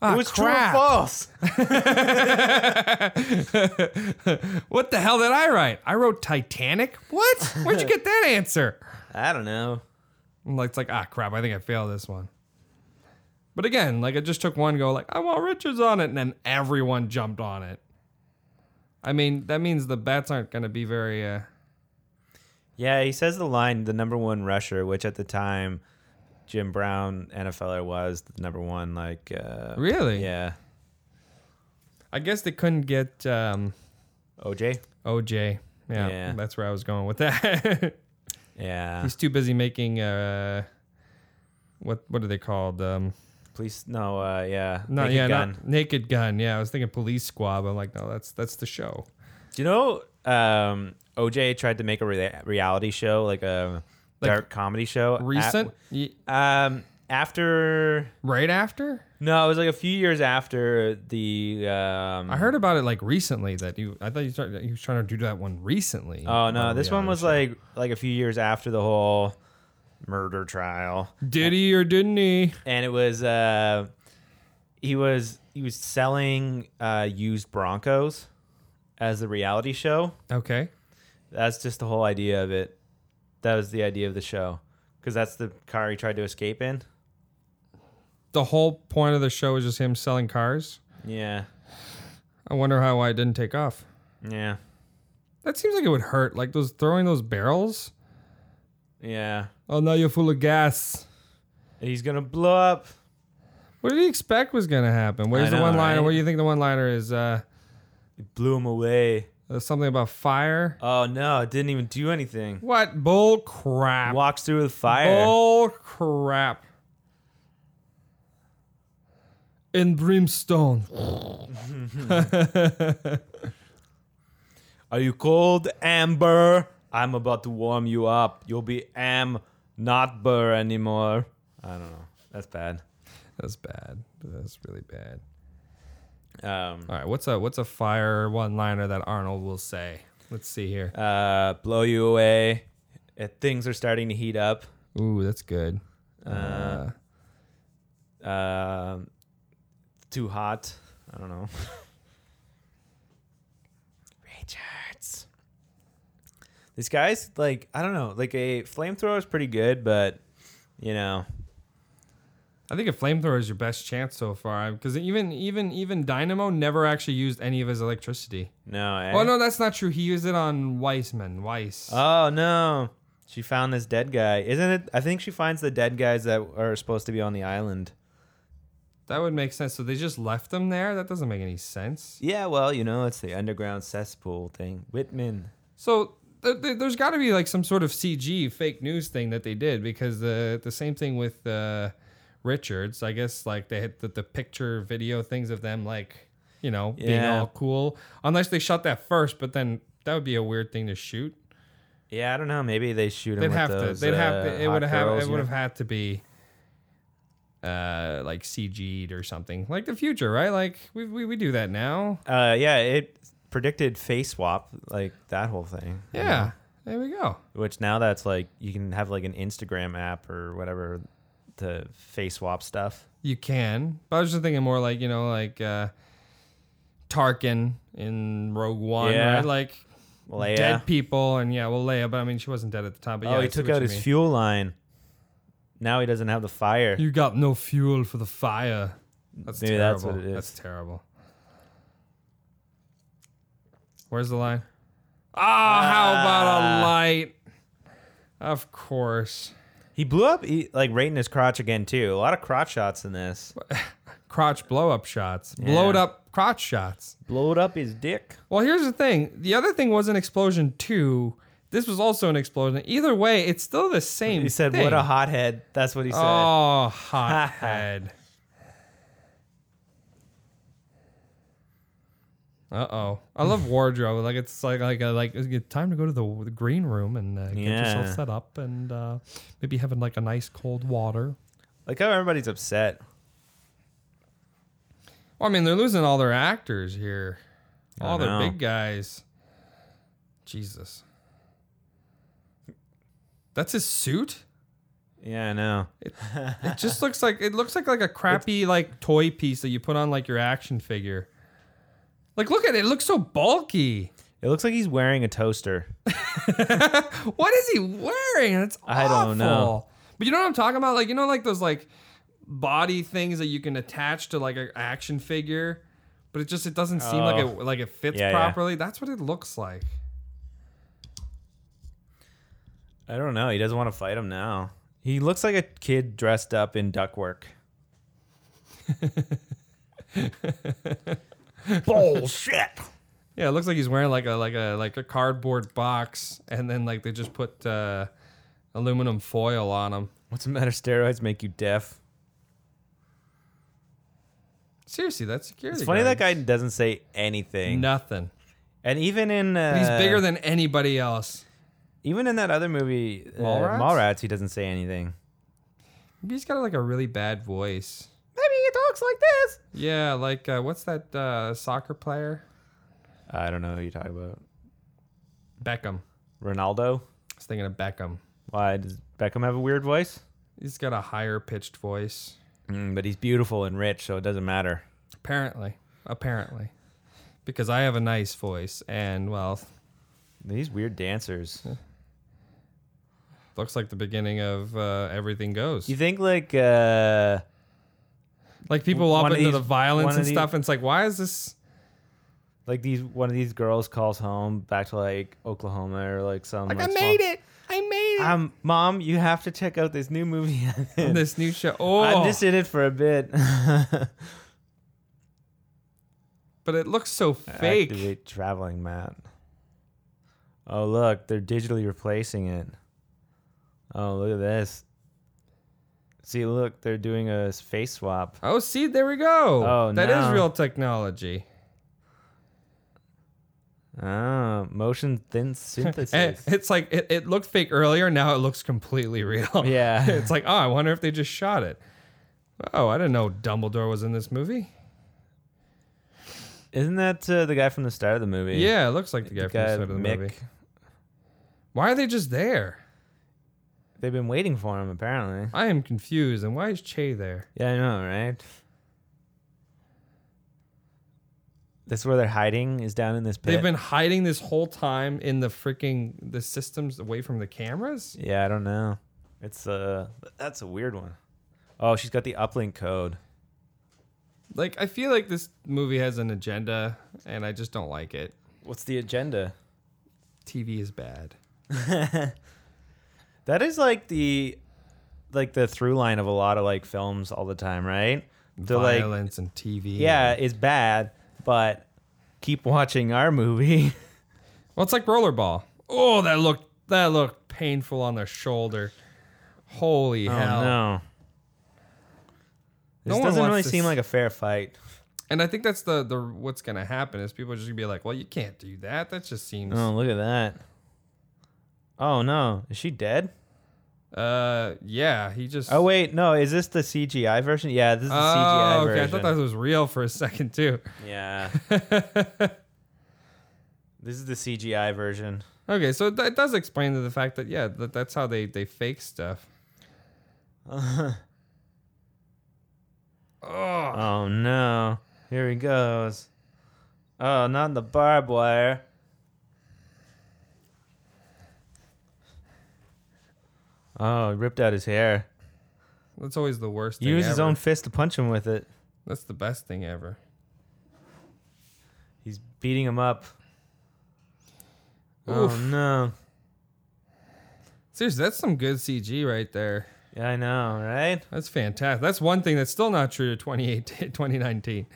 Ah,
it was
crap.
true or false.
What the hell did I write? I wrote Titanic. What? Where'd you get that answer?
I don't know.
I'm like, it's like ah crap. I think I failed this one. But again, like I just took one go. Like I want Richards on it, and then everyone jumped on it. I mean, that means the bets aren't going to be very. Uh,
Yeah, he says the line, the number one rusher, which at the time, Jim Brown, NFLer, er, was the number one. Like, uh,
Really?
Yeah.
I guess they couldn't get um,
OJ?
OJ. Yeah,
Yeah.
that's where I was going with that. <laughs>
Yeah.
He's too busy making uh, what what are they called? Um,
Police? No, uh, yeah.
not
Naked
yeah,
Gun.
not Naked Gun. Yeah, I was thinking Police Squad. But I'm like, no, that's that's the show.
Do you know um, OJ tried to make a re- reality show, like a dark comedy show? at-
Recent, Y-
um, after.
right after
No, it was like a few years after the. Um,
I heard about it like recently that you. I thought you started. You was trying to do that one recently.
Oh no,
on
this one
reality
was
show.
like like a few years after the whole murder trial,
did he or didn't he?
and it was uh, he was he was selling uh, used Broncos as the reality show.
Okay,
That's just the whole idea of it. That was the idea of the show because that's the car he tried to escape in.
the whole point of the show is just him selling cars.
Yeah,
I wonder how I didn't take off.
yeah.
That seems like it would hurt. Like those throwing those barrels.
Yeah.
Oh, now you're full of gas.
He's gonna blow up.
What did he expect was gonna happen? Where's
I
the
know,
one liner?
right?
What do you think the one liner is? Uh,
Blew him away.
uh, something about fire.
Oh no! It didn't even do anything.
What bull crap?
Walks through the fire.
Bull crap. In brimstone.
Are you cold, Amber? I'm about to warm you up. You'll be Am, not Burr anymore. I don't know. That's bad.
That's bad. That's really bad.
Um,
All right, what's a what's a fire one liner that Arnold will say? Let's see here.
uh, blow you away. Uh, things are starting to heat up.
Ooh, that's good. Uh,
Um too hot. I don't know. <laughs> Richards. This guy's like I don't know. Like a flamethrower is pretty good, but you know,
I think a flamethrower is your best chance so far because even even even Dynamo never actually used any of his electricity.
no. eh?
Oh no, that's not true. He used it on Weissman. Weiss.
Oh no. She found this dead guy. Isn't it? I think she finds the dead guys that are supposed to be on the island.
that would make sense. So they just left them there. That doesn't make any sense.
Yeah, well, you know, it's the underground cesspool thing. Whitman.
So th- th- there's got to be like some sort of CG fake news thing that they did because the the same thing with uh, Richards. I guess like they had the, the picture video things of them like you know being
Yeah.
all cool. Unless they shot that first, but then that would be a weird thing to shoot.
Yeah, I don't know. Maybe they shoot him
They'd
with
have
those.
to. They'd have.
uh,
To, it
hot
would have.
girls,
It
you
would
know?
have had to be. Uh, like CG'd or something like the future, right? Like we, we, we do that now.
Uh, yeah, it predicted face swap, like that whole thing.
Yeah, there we go.
Which now that's like you can have like an Instagram app or whatever to face swap stuff.
You can, but I was just thinking more like you know, like uh, Tarkin in Rogue One,
Yeah.
right? Like
Well, yeah.
dead people, and yeah, well, Leia, but I mean, she wasn't dead at the time. But yeah,
oh,
I
he
see
took
what
out
you
his
mean.
fuel line. Now he doesn't have the fire.
You got no fuel for the fire. That's
Maybe
terrible.
that's what it is.
That's terrible. Where's the line? Ah, how about
Ah.
a light? Of course.
He blew up he, like right in his crotch again too. A lot of crotch shots in this.
Crotch blow up shots. Blowed up crotch shots.
Blowed up his dick.
Well, here's the thing. The other thing was an explosion too. This was also an explosion. Either way, it's still the same.
He said,
thing.
"What a hothead." That's what he said. <laughs>
Oh, hothead. Uh oh! I
<laughs>
love wardrobe. Like it's like like uh, like it's good time to go to the, the green room and uh, get
Yeah.
yourself set up and uh, maybe having like a nice cold water.
Like how everybody's upset.
Well, I mean, they're losing all their actors here, all their
know.
big guys. Jesus, that's his suit.
Yeah, I know.
It just looks like it looks like like a crappy like toy piece that you put on like your action figure. Like look at it, it looks so bulky.
It looks like he's wearing a toaster.
What is he wearing? It's
I
awful.
don't know.
But you know what I'm talking about? Like you know like those like body things that you can attach to like an action figure, but it just it doesn't seem like
Oh.
it like it fits
Yeah, yeah.
properly. That's what it looks like.
I don't know. He doesn't want to fight him now. He looks like a kid dressed up in duck work. Bullshit.
Yeah, it looks like he's wearing like a like a like a cardboard box and then like they just put uh aluminum foil on him.
What's the matter? Steroids make you deaf.
Seriously, that's security.
It's funny
guard.
that guy doesn't say anything.
Nothing.
And even in uh,
He's bigger than anybody else.
even in that other movie, uh,
Mallrats?
Mallrats, he doesn't say anything.
Maybe he's got like a really bad voice.
Maybe he talks like this.
Yeah, like uh, what's that uh, soccer player?
I don't know who you're talking about.
Beckham.
Ronaldo.
I was thinking of Beckham.
Why does Beckham have a weird voice?
He's got a higher pitched voice.
Mm, but he's beautiful and rich, so it doesn't matter.
Apparently, apparently, because I have a nice voice, and well,
These weird dancers.
looks like the beginning of uh, everything goes.
You think like uh
Like people up
One of
into the
these-
violence
one of
and
these-
stuff, and it's like, why is this?
Like these, one of these girls calls home back to like Oklahoma or like some.
Like,
like,
I
small-
made it. I made it.
Um, mom, you have to check out this new movie. <laughs> I'm in.
this new show. Oh,
I'm just in it for a bit. <laughs>
but it looks so fake.
Activate traveling mat. Oh look, they're digitally replacing it. Oh look at this. See, look, they're doing a s- face swap.
Oh, see, there we go.
Oh,
That is
no.
real technology.
Ah, motion
<laughs>
thin
Eh,
synthesis.
it's like it, it looked fake earlier. Now it looks completely real.
<laughs> Yeah.
<laughs> it's like, oh, I wonder if they just shot it. Oh, I didn't know Dumbledore was in this movie.
Isn't that uh, the guy from the start of the movie?
Yeah, it looks like the guy
The
from the
guy,
start of the
Mick.
movie. Why are they just there?
They've been waiting for him apparently.
I am confused. And why is Che there?
Yeah, I know, right? That's where they're hiding. Is down in this pit.
They've been hiding this whole time in the freaking the systems away from the cameras.
Yeah, I don't know. It's uh that's a weird one. Oh, she's got the uplink code.
Like, I feel like this movie has an agenda, and I just don't like it.
What's the agenda?
TV is bad.
That is like the like the through line of a lot of like films all the time, right? They're like
Violence and TV.
yeah, it's bad, but keep watching our movie. <laughs>
Well, it's like rollerball. Oh, that looked that looked painful on their shoulder. Holy hell!
Oh, no. This
No one
doesn't
wants
really
to
seem
s-
like a fair fight.
And I think that's the the what's gonna happen is people are just gonna be like, well, you can't do that. That just seems.
Oh, look at that. Oh no, is she dead?
Uh, yeah, he just.
Oh wait, no, is this the CGI version? Yeah, this is the CGI
Oh, okay.
version.
I thought that was real for a second too. <laughs>
Yeah. this is the CGI version.
Okay, so that does explain the fact that yeah, that, that's how they they fake stuff. Ah.
Oh no. Here he goes. Oh, not the barbed wire. Oh, he ripped out his hair.
That's always the worst.
He
thing
used his
ever.
own fist to punch him with it.
That's the best thing ever.
He's beating him up. Oh
Oof.
no.
Um, Seriously, that's some good CG right there.
Yeah, I know, right?
That's fantastic. That's one thing that's still not true to 2018, <laughs> 2019.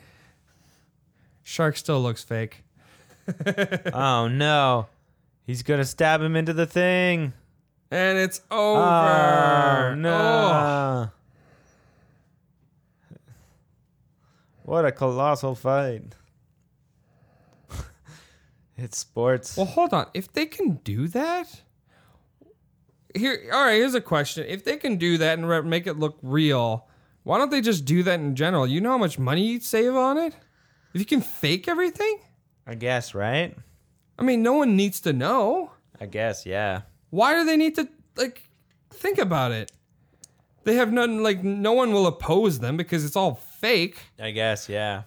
Shark still looks fake.
oh no. He's gonna stab him into the thing.
And it's over.
Oh,
Oh.
no. What a colossal fight. <laughs> it's sports.
Well, hold on. If they can do that, here. All right. Here's a question. If they can do that and re- make it look real, why don't they just do that in general? You know how much money you'd save on it if you can fake everything.
I guess, right?
I mean, no one needs to know.
I guess, yeah.
why do they need to like think about it they have none like no one will oppose them because it's all fake
I guess, yeah.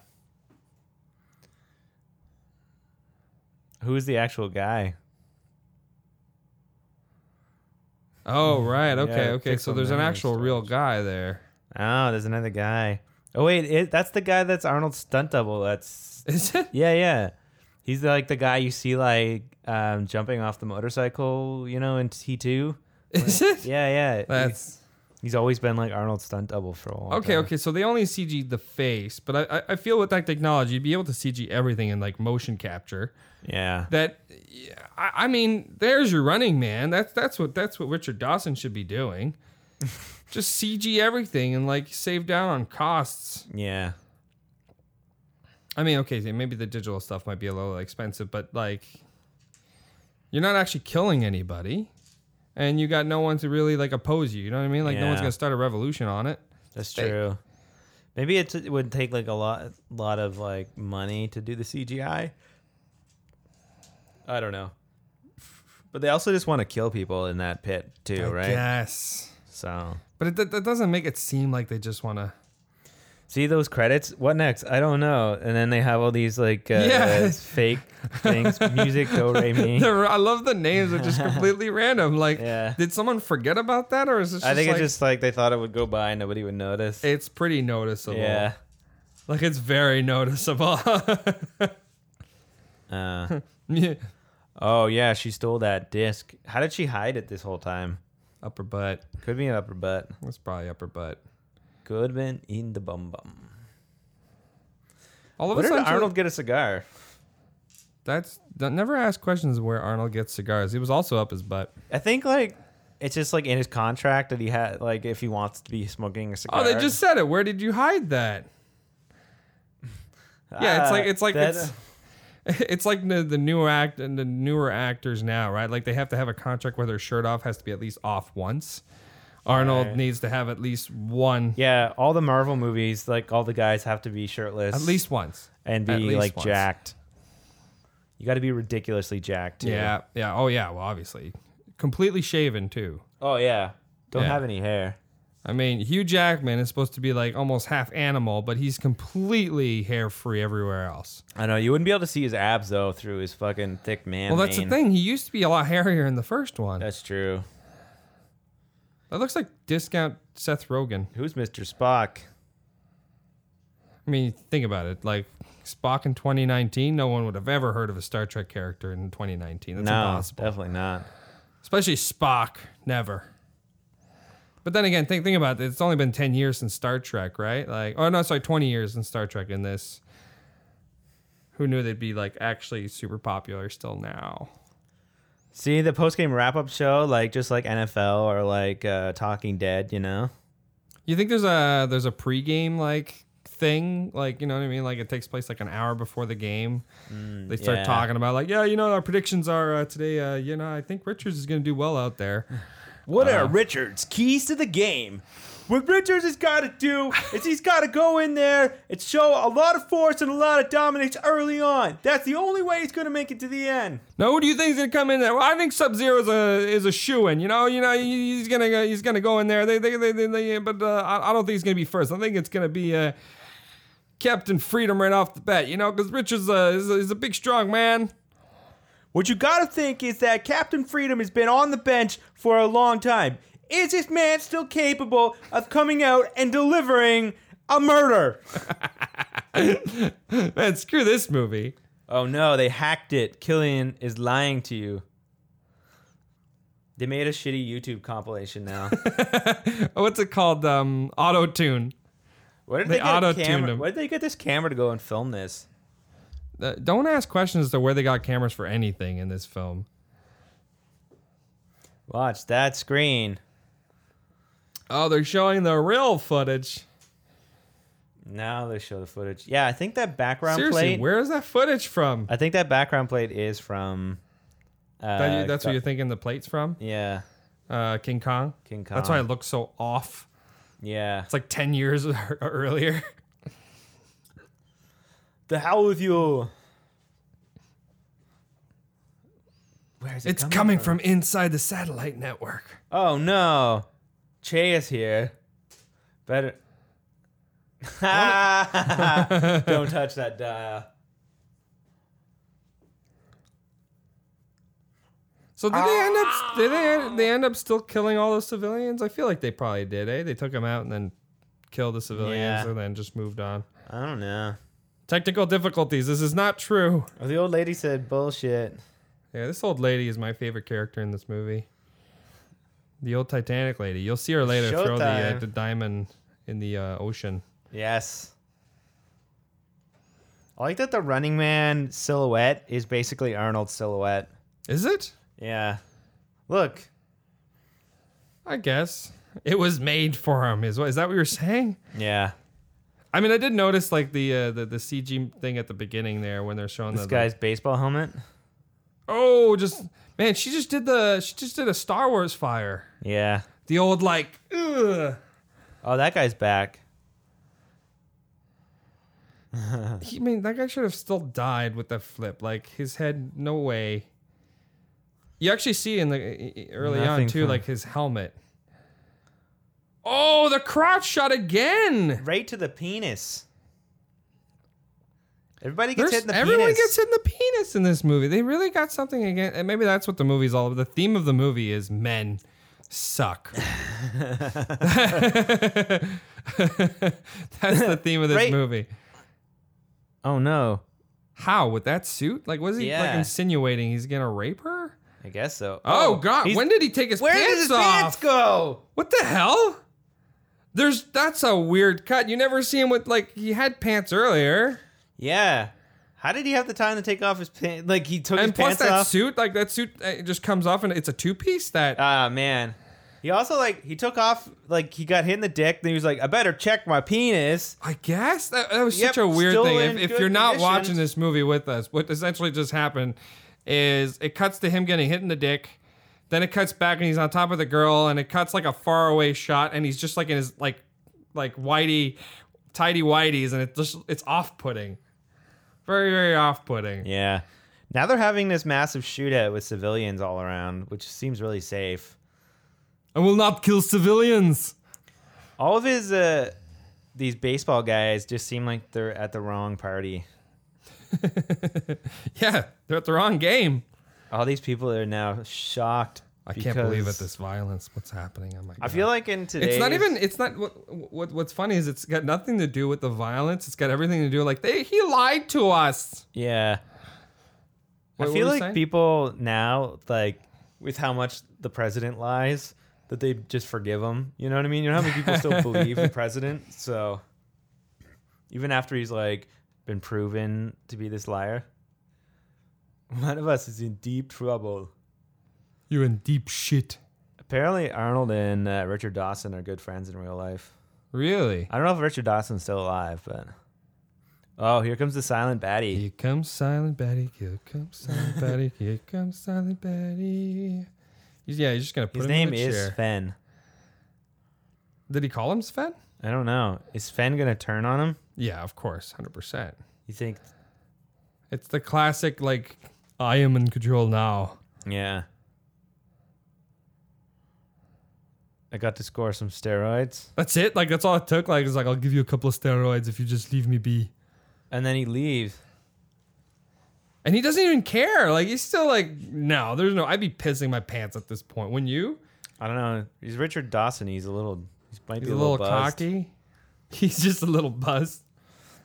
Who's the actual guy?
oh right okay
Mm, Yeah,
okay
fix
so
on
there's an
memory
actual real guy there
Oh, there's another guy. Oh wait, it, that's the guy that's Arnold's stunt double. That's
is it
yeah, yeah. He's like the guy you see like um, jumping off the motorcycle, you know, in T two.
is it
Yeah, yeah.
that's
He's always been like Arnold stunt double for a while.
okay okay so they only cg the face but I- I, I feel with that technology you'd be able to cg everything in like motion capture
Yeah.
that yeah, I, I mean there's your running man that's that's what that's what richard dawson should
<laughs>
be doing just cg everything and like save down on costs
Yeah.
I mean, okay, so maybe the digital stuff might be a little expensive, but like, you're not actually killing anybody, and you got no one to really like oppose you. You know what I mean? Like, no one's
Yeah.
gonna start a revolution on it.
That's
fake.
true. Maybe it's, it would take like a lot lot of like money to do the CGI. I don't know. But they also just want to kill people in that pit too, right?
Yes,
So
but it, that, that doesn't make it seem like they just
<laughs>
want to.
see those credits. What next? I don't know. And then they have all these like uh,
Yeah.
fake
<laughs>
things, music, do re mi.
I love the
<laughs>
names; are just completely random. Like,
Yeah.
did someone forget about that, or is this? Just
I think
like,
it's just like they thought it would go by and nobody would notice.
it's pretty noticeable.
yeah.
like it's very noticeable.
<laughs> Uh,
<laughs> Yeah.
oh yeah, she stole that disc. How did she hide it this whole time?
upper butt.
Could be an upper butt.
That's probably upper butt.
Could have been in the bum bum.
All of
Where
a
did
sudden,
Arnold get a cigar?
that's don't never ask questions of where Arnold gets cigars. He was also up his butt.
I think like it's just like in his contract that he had like if he wants to be smoking a cigar.
Oh, they just said it. Where did you hide that? Yeah, it's
Ah,
like it's like
that-
it's it's like the, the newer act and the newer actors now, right? Like they have to have a contract where their shirt off has to be at least off once. Arnold needs to have at least one,
yeah. All the Marvel movies, like all the guys have to be shirtless
at least once.
and
at
be
least
like
once.
jacked. You got to be ridiculously jacked. Too.
Yeah, yeah. Oh yeah. Well, obviously, completely shaven too.
Oh yeah. Don't
Yeah.
have any hair.
I mean, Hugh Jackman is supposed to be like almost half animal, but he's completely hair free everywhere else.
I know you wouldn't be able to see his abs though through his fucking thick man.
Well, that's the
mane.
thing. He used to be a lot hairier in the first one.
That's true.
That looks like discount Seth Rogen.
Who's Mr. Spock?
I mean, think about it. Like Spock in 2019, no one would have ever heard of a Star Trek character in 2019. That's
no,
impossible.
definitely not.
Especially Spock, never. But then again, think think about it. It's only been 10 years since Star Trek, right? Like, oh no, sorry, 20 years since Star Trek. In this, who knew they'd be like actually super popular still now?
See the post game wrap up show, like just like NFL or like uh, Talking Dead, you know?
You think there's a there's a pregame like thing like you know what I mean? Like it takes place like an hour before the game. they start
yeah.
talking about like yeah, you know our predictions are uh, today. Uh, you know I think Richards is gonna do well out there.
What are Richards' keys to the game? What Richards has got to do is he's got to go in there and show a lot of force and a lot of dominance early on. That's the only way he's going to make it to the end.
No, who do you think's gonna come in there? Well, I think Sub Zero is a is a shoe in. You know, you know he- he's gonna go, he's gonna go in there. They they they, they, they but uh, I, I don't think he's gonna be first. I think it's gonna be. Uh, Captain Freedom right off the bat, you know, because Richards uh, is, a, is a big, strong man. <laughs>
What you got to think is that Captain Freedom has been on the bench for a long time. Is this man still capable of coming out and delivering a murder?
Man, screw this movie.
Oh no, they hacked it. Killian is lying to you. They made a shitty YouTube compilation now. <laughs>
Oh, what's it called? Um, auto tune.
Where did
They
they, get a
auto-tuned
camera?
him.
Where did they get this camera to go and film this?
Uh, don't ask questions as to where they got cameras for anything in this film.
Watch that screen.
Oh, they're showing the real footage.
Now they show the footage. Yeah, I think that background
Seriously,
plate.
where is that footage from?
I think that background plate is from. Uh,
That you- that's
Go-
where you're thinking the plate's from?
Yeah,
Uh, King Kong.
King
That's why it
Kong.
looks so off.
yeah.
It's like ten years <laughs> earlier.
the hell with you. Where is it
It's coming from inside the satellite network.
Oh no, Che is here. Better. <laughs> Don't touch that dial.
So did they end up? Did they end, they end up still killing all those civilians? I feel like they probably did. Eh? They took them out and then killed the civilians
Yeah.
and then just moved on.
I don't know.
Technical difficulties. This is not true.
Oh, the old lady said bullshit.
Yeah, this old lady is my favorite character in this movie. The old Titanic lady. You'll see her later throw the, uh,
Showtime.
the diamond in the uh, ocean.
Yes. I like that the Running Man silhouette is basically Arnold's silhouette.
Is it?
Yeah. Look.
I guess it was made for him. Is what is that what you're saying?
Yeah.
I mean, I did notice like the uh, the the CG thing at the beginning there when they're showing
This
the,
guy's baseball helmet.
oh, just man, she just did the she just did a Star Wars fire.
Yeah.
The old like ugh.
Oh, that guy's back.
He, I mean, that guy should have still died with the flip. Like his head, no way. You actually see in the e- e- early on
Nothing
too,
from-
like his helmet. Oh, the crotch shot again.
Right to the penis. Everybody gets
There's-
hit in the
everyone
penis.
gets hit in the penis in this movie. They really got something again, and maybe that's what the movie's all about. The theme of the movie is men
<laughs>
suck. <laughs> that's the theme of this
Right.
movie.
oh no.
How with that suit? Like, was he like
Yeah.
insinuating he's gonna rape her?
I guess so.
Oh, God!
he's-
When did he take his
Where
pants
did his
off?
pants go?
What the hell? There's that's a weird cut. You never see him with like he had pants earlier,
Yeah. How did he have the time to take off his pants? Like he took
and
his
plus
pants
that
off.
suit, like that suit, uh, it just comes off and it's a two piece. That
Ah man. He also like he took off like he got hit in the dick. Then he was like, I better check my penis.
I guess that, that was
Yep,
such a weird
still
thing.
in
If, if
good
you're not
condition.
watching this movie with us, what essentially just happened is it cuts to him getting hit in the dick. Then it cuts back and he's on top of the girl, and it cuts like a faraway shot, and he's just like in his like like whitey, tidy whiteys, and it just it's off putting, very very off putting.
Yeah. Now they're having this massive shootout with civilians all around, which seems really safe.
I will not kill civilians.
All of his uh these baseball guys just seem like they're at the wrong party.
Yeah, they're at the wrong game.
All these people are now shocked.
I can't believe it.
because-
This violence. What's happening? Oh my god.
I feel like in today
It's not even. It's not. What, what What's funny is it's got nothing to do with the violence. It's got everything to do like they he lied to us.
Yeah.
Wait,
I
what
feel
were you
like
saying?
people now, like, with how much the president lies, that they just forgive him. You know what I mean? You know how many people
<laughs>
still believe the president? So, even after he's, like, been proven to be this liar, one of us is in deep trouble.
You're in deep shit.
Apparently, Arnold and uh, Richard Dawson are good friends in real life.
Really?
I don't know if Richard Dawson's still alive, but. Oh, here comes the silent baddie.
Here comes Silent Betty. Here comes <laughs> Silent Betty. Here comes Silent Betty. He's, yeah, he's just gonna put
His
him
name
in the
is
chair.
Sven.
Did he call him Sven?
I don't know. Is Sven gonna turn on him?
Yeah, of course, hundred percent.
You think?
It's the classic like I am in control now.
Yeah. I got to score some steroids,
That's it. Like that's all it took. Like it's like I'll give you a couple of steroids if you just leave me be.
and then he leaves.
And he doesn't even care. Like he's still like, no, there's no. I'd be pissing my pants at this point. Wouldn't you?
I don't know. He's Richard Dawson. He's a little. He might
He's
be
a little,
buzzed.
cocky. <laughs> He's just a little buzzed.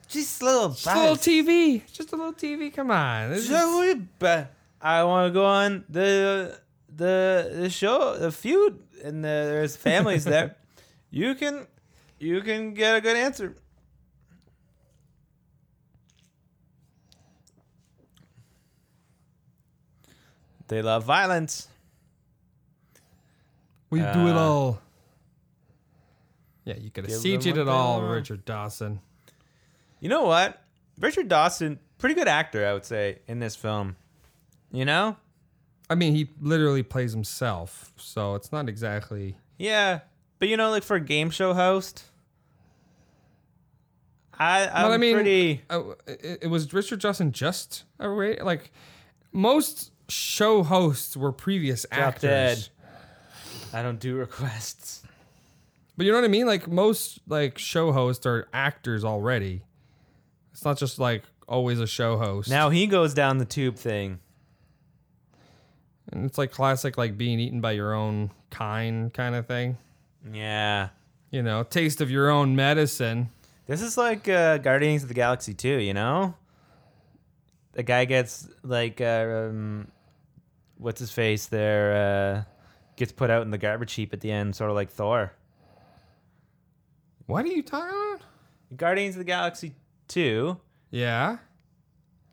Just a little
Just a little TV. Just a little TV. Come on. This is-
I want to go on the the the show, the feud, and the, there's families there. You can you can get a good answer. They love violence.
we do it
Uh,
all. Yeah, you could have
give
CG'd
them
it
what they
all,
want.
Richard Dawson.
You know what? Richard Dawson, pretty good actor, I would say, in this film. You know?
I mean, he literally plays himself, so it's not exactly.
Yeah. But you know, like for a game show host, I I'm
But I mean,
pretty
uh, it, it was Richard Dawson just a ra- like most show hosts were previous actors.
dead. I don't do <laughs> requests.
But you know what I mean? Like most like show hosts are actors already. It's not just like always a show host.
Now he goes down the tube thing.
and it's like classic like being eaten by your own kind kind of thing.
Yeah.
You know, taste of your own medicine.
This is like uh, Guardians of the Galaxy 2, you know? The guy gets like uh, um, what's his face there uh, gets put out in the garbage heap at the end, sort of like Thor.
What are you talking about?
Guardians of the Galaxy 2.
Yeah.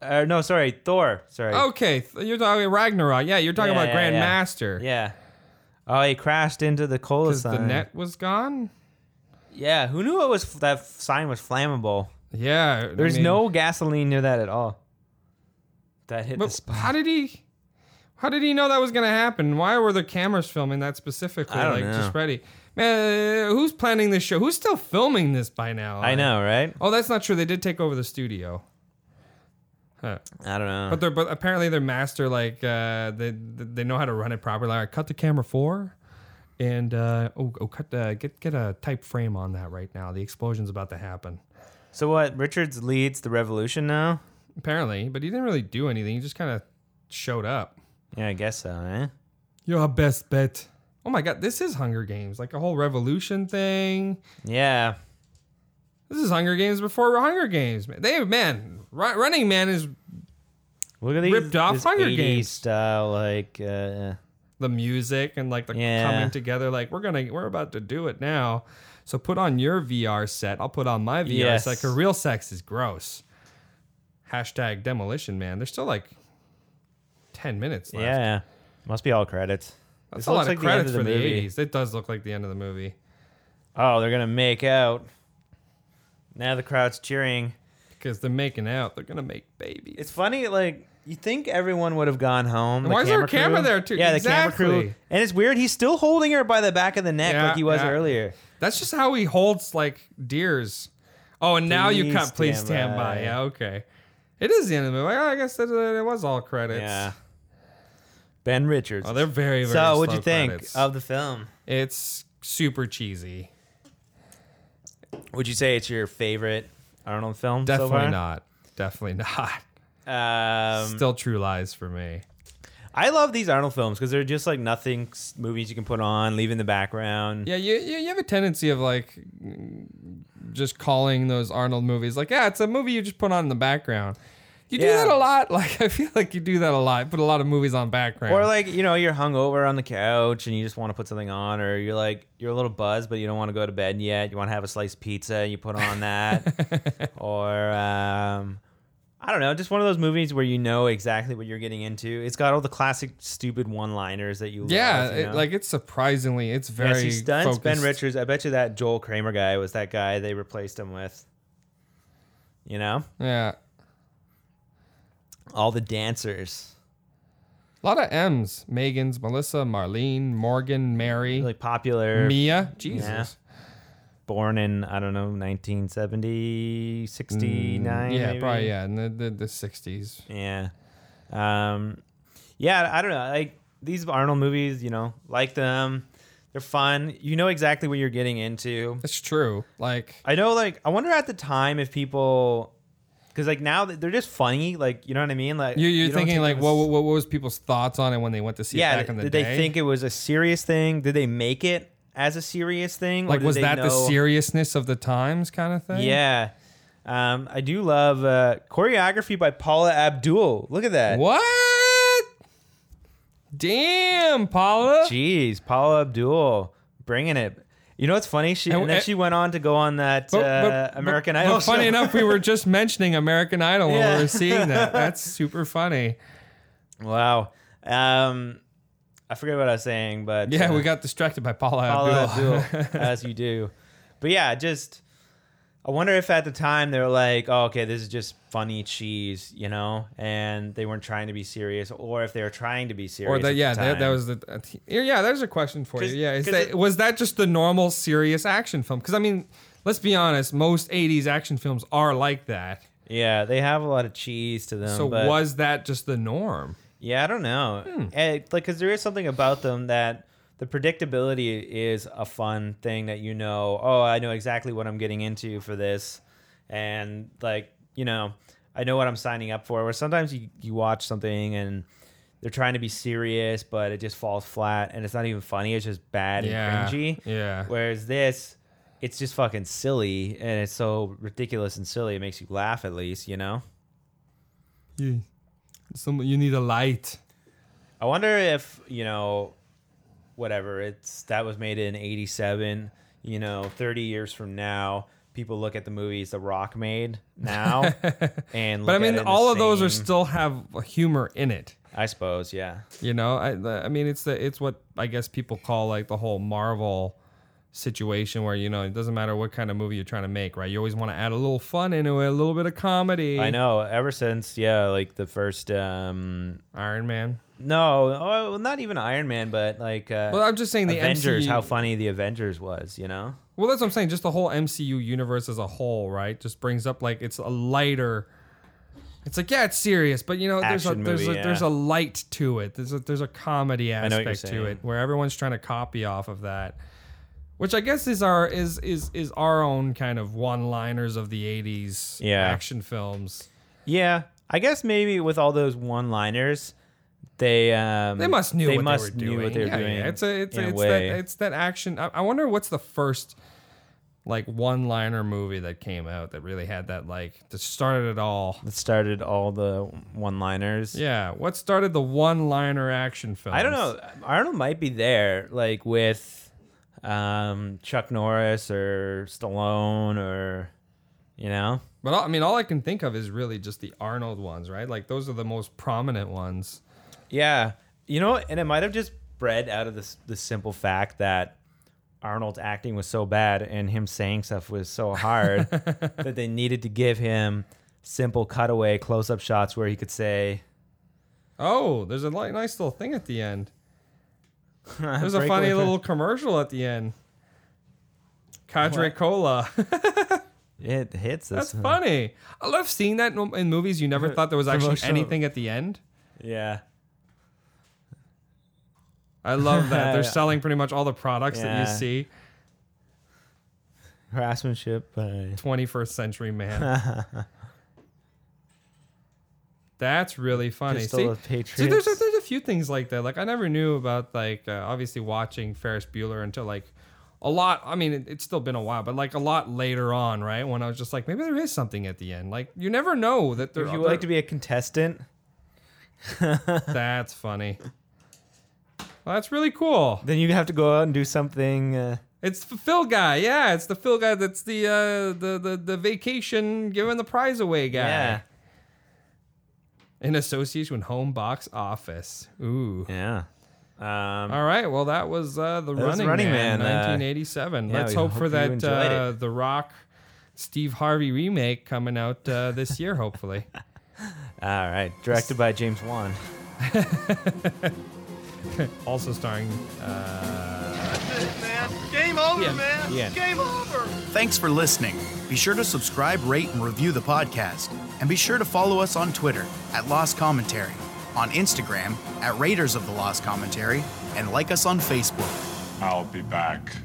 Uh, no, sorry, Thor. Sorry.
Okay, th- you're talking Ragnarok. Yeah, you're talking
Yeah,
about
yeah, yeah.
Grandmaster.
Yeah. Oh, he crashed into the cola
Because
sign.
the net was gone.
Yeah, who knew it was that sign was flammable?
Yeah. I
There's
mean-
no gasoline near that at all. That hit the
But
spot.
how did he? How did he know that was gonna happen? Why were the cameras filming that specifically?
I don't
like just
know.
ready. Man, uh, who's planning this show? Who's still filming this by now?
I know, right?
Oh, that's not true. They did take over the studio. Huh.
I don't know.
But they're but apparently their master like uh, they they know how to run it properly. Like cut the camera four, and uh, oh oh cut the get get a type frame on that right now. The explosion's about to happen.
so what? Richards leads the revolution now.
Apparently, but he didn't really do anything. He just kind of showed up.
Yeah, I guess so. Eh?
Your best bet. Oh my god, this is Hunger Games, like a whole revolution thing.
Yeah,
This is Hunger Games before Hunger Games. man. They man, Ru- Running Man is
Look at these
Ripped off
this
Hunger
80s
Games.
style, like uh,
the music and like the
Yeah.
coming together. Like we're gonna we're about to do it now. So put on your VR set. I'll put on my VR
Yes.
set. 'cause real sex is gross. Hashtag demolition man. There's still like ten minutes left.
yeah, must be all credits.
That's
This
a lot
looks
of
like the end
credits
of the
for the
movie.
eighties. It does look like the end of the movie.
Oh, they're gonna make out. Now the crowd's cheering.
Because they're making out. They're gonna make babies.
It's funny, like you think everyone would have gone home.
And
the
why is there a
crew-
camera there, too?
Yeah, the camera crew.
Exactly.
And it's weird. He's still holding her by the back of the neck
Yeah,
like he was
yeah.
earlier.
That's just how he holds like deers. Oh, and now you
Please
cut. Please
stand
stand by.
by.
Yeah, okay. It is the end of the movie. I guess that that it was all credits.
yeah. Ben Richards.
Oh, they're very very.
so, what'd you
slow
think
credits.
of the film?
It's super cheesy.
Would you say it's your favorite Arnold film? so
Definitely
far?
not. Definitely <laughs> not.
Um,
Still True Lies for me.
I love these Arnold films because they're just like nothing s- movies you can put on, leave in the background.
Yeah, you, you you have a tendency of like mm, just calling those Arnold movies like, yeah, it's a movie you just put on in the background. You do
Yeah.
that a lot. <laughs> Like I feel like you do that a lot. Put a lot of movies on background.
Or like you know you're hungover on the couch and you just want to put something on, or you're like you're a little buzzed but you don't want to go to bed yet. You want to have a sliced pizza and you put on
<laughs>
that, or um, I don't know, just one of those movies where you know exactly what you're getting into. It's got all the classic stupid one-liners that you
yeah,
love, you
it-
know?
like it's surprisingly, it's very
Jesse Stunts, Ben
focused.
Richards. I bet you that Joel Kramer guy was that guy they replaced him with. You know,
Yeah,
all the dancers.
a lot of M's: Megan's, Melissa, Marlene, Morgan, Mary,
really popular.
Mia. Jesus.
Born in, I don't know, 1970, 69.
Mm, Yeah,
maybe?
probably yeah, in the the, the '60s.
Yeah. Um, yeah, I don't know. Like these Arnold movies, you know, like them. They're fun. You know exactly what you're getting into.
That's true. Like
I know, like, I wonder at the time if people, because like now they're just funny. Like, you know what I mean? Like,
you, you're
you don't
thinking
think
like,
it
what,
was-
what what was people's thoughts on it when they went to see
yeah,
it back in the
did
day?
they think it was a serious thing? Did they make it as a serious thing? Or
like
did
was
they
that the
know-
seriousness of the times kind of thing?
Yeah. Um, I do love uh, choreography by Paula Abdul. Look at that.
What? Damn, Paula.
Jeez, Paula Abdul bringing it. You know what's funny? She and
And- eh,
then she went on to go on that
But-
uh,
but-
American
but-
Idol.
But funny
show.
enough, we were just mentioning American Idol when
Yeah.
we were seeing that.
<laughs>
That's super funny.
Wow. Um, I forget what I was saying, but
Yeah,
uh,
we got distracted by Paula,
Paula
Abdul. <laughs>
Abdul, as you do. But yeah, just I wonder if at the time they were like, oh, okay, this is just funny cheese, you know, and they weren't trying to be serious, or if they were trying to be serious.
Or that,
at the
yeah, that, that
time.
was the. uh, t- yeah, there's a question for you.
'Cause-
Yeah, is
'cause
that,
it-
was that just the normal serious action film? Because I mean, let's be honest, most '80s action films are like that.
Yeah, they have a lot of cheese to them.
So
Um,
Hmm.
but
was that just the norm?
yeah, I don't know. Eh, like, because there is something about them that the predictability is a fun thing that you know. Oh, I know exactly what I'm getting into for this, and like you know, I know what I'm signing up for. Where sometimes you you watch something and they're trying to be serious, but it just falls flat, and it's not even funny. It's just bad
Yeah,
and cringy.
yeah.
Whereas this. It's just fucking silly, and it's so ridiculous and silly. It makes you laugh, at least, you know.
You, some, you need a light.
I wonder if you know, whatever it's that was made in '87. You know, 30 years from now, people look at the movies The Rock made now,
<laughs>
and look
But I
at
mean,
it in the
all of those are
same-
still have humor in it.
I suppose, yeah.
You know, I I mean it's the it's what I guess people call like the whole Marvel situation where you know it doesn't matter what kind of movie you're trying to make, right? You always want to add a little fun into it, a little bit of comedy.
I know. Ever since, yeah, like the first, um
Iron Man.
no, oh, well, not even Iron Man, but like, uh,
Well, I'm just saying the
Avengers.
MCU
How funny the Avengers was, you know?
Well, that's what I'm saying. Just the whole MCU universe as a whole, right? Just brings up like it's a lighter. It's like yeah, it's serious, but you know, there's a
Action
there's
movie,
a,
yeah.
there's a light to it. There's a there's a comedy
know what you're
aspect to
saying.
it where everyone's trying to copy off of that, which I guess is our is is is our own kind of one liners of the '80s
Yeah.
action films.
Yeah, I guess maybe with all those one-liners, they um,
They must knew
they
what
must
they were
knew
doing.
what they were
yeah,
doing.
Yeah. It's a it's
in
a,
a
it's
way.
that it's that action. I, I wonder what's the first like one liner movie that came out that really had that like that started it all.
That started all the one liners.
Yeah, what started the one liner action film?
I don't know. Arnold might be there, like with um, Chuck Norris or Stallone or, you know,
But all, I mean, all I can think of is really just the Arnold ones, right? Like those are the most prominent ones.
yeah, you know, and it might have just bred out of this the simple fact that Arnold's acting was so bad and him saying stuff was so
<laughs>
hard that they needed to give him simple cutaway close-up shots where he could say
Oh, there's a li- nice little thing at
<laughs>
the end. There's a
Breakaway
funny
from-
little commercial at the end. Cadre Cola.
it hits us.
That's funny. I love seeing that in in movies.
<laughs>
You never thought there was actually
Promotional.
anything at the end.
Yeah. <laughs>
I love that. They're
Yeah.
selling pretty much all the products that
Yeah.
you see.
Harassmentship by
21st century man.
<laughs>
That's really funny.
Pistol
See,
of
see there's, a,
Patriots.
there's a few things like that. Like I never knew about like uh, obviously watching Ferris Bueller until like a lot. I mean, it, it's still been a while, but like a lot later on, right? When I was just like, maybe there is something at the end. Like you never know that there.
If you would like to be a contestant,
That's funny. Well, that's really cool.
then you have to go out and do something. Uh,
It's the Phil guy, yeah. It's the Phil guy. That's the uh, the, the the vacation giving the prize away guy.
yeah.
In association with Home Box Office. Ooh.
Yeah. Um,
All right. Well, that was uh, the
was
Running,
Running
Man,
Man, uh,
1987.
yeah,
Let's
we
hope, for
hope you
that
enjoyed
uh, the Rock, Steve Harvey remake coming out uh, this
<laughs>
year, hopefully.
all right. Directed by James Wan.
also starring. Uh,
man. Game over,
Yeah.
man.
Yeah.
Game over.
Thanks for listening. Be sure to subscribe, rate, and review the podcast. And be sure to follow us on Twitter at Lost Commentary, on Instagram at Raiders of the Lost Commentary, and like us on Facebook.
I'll be back.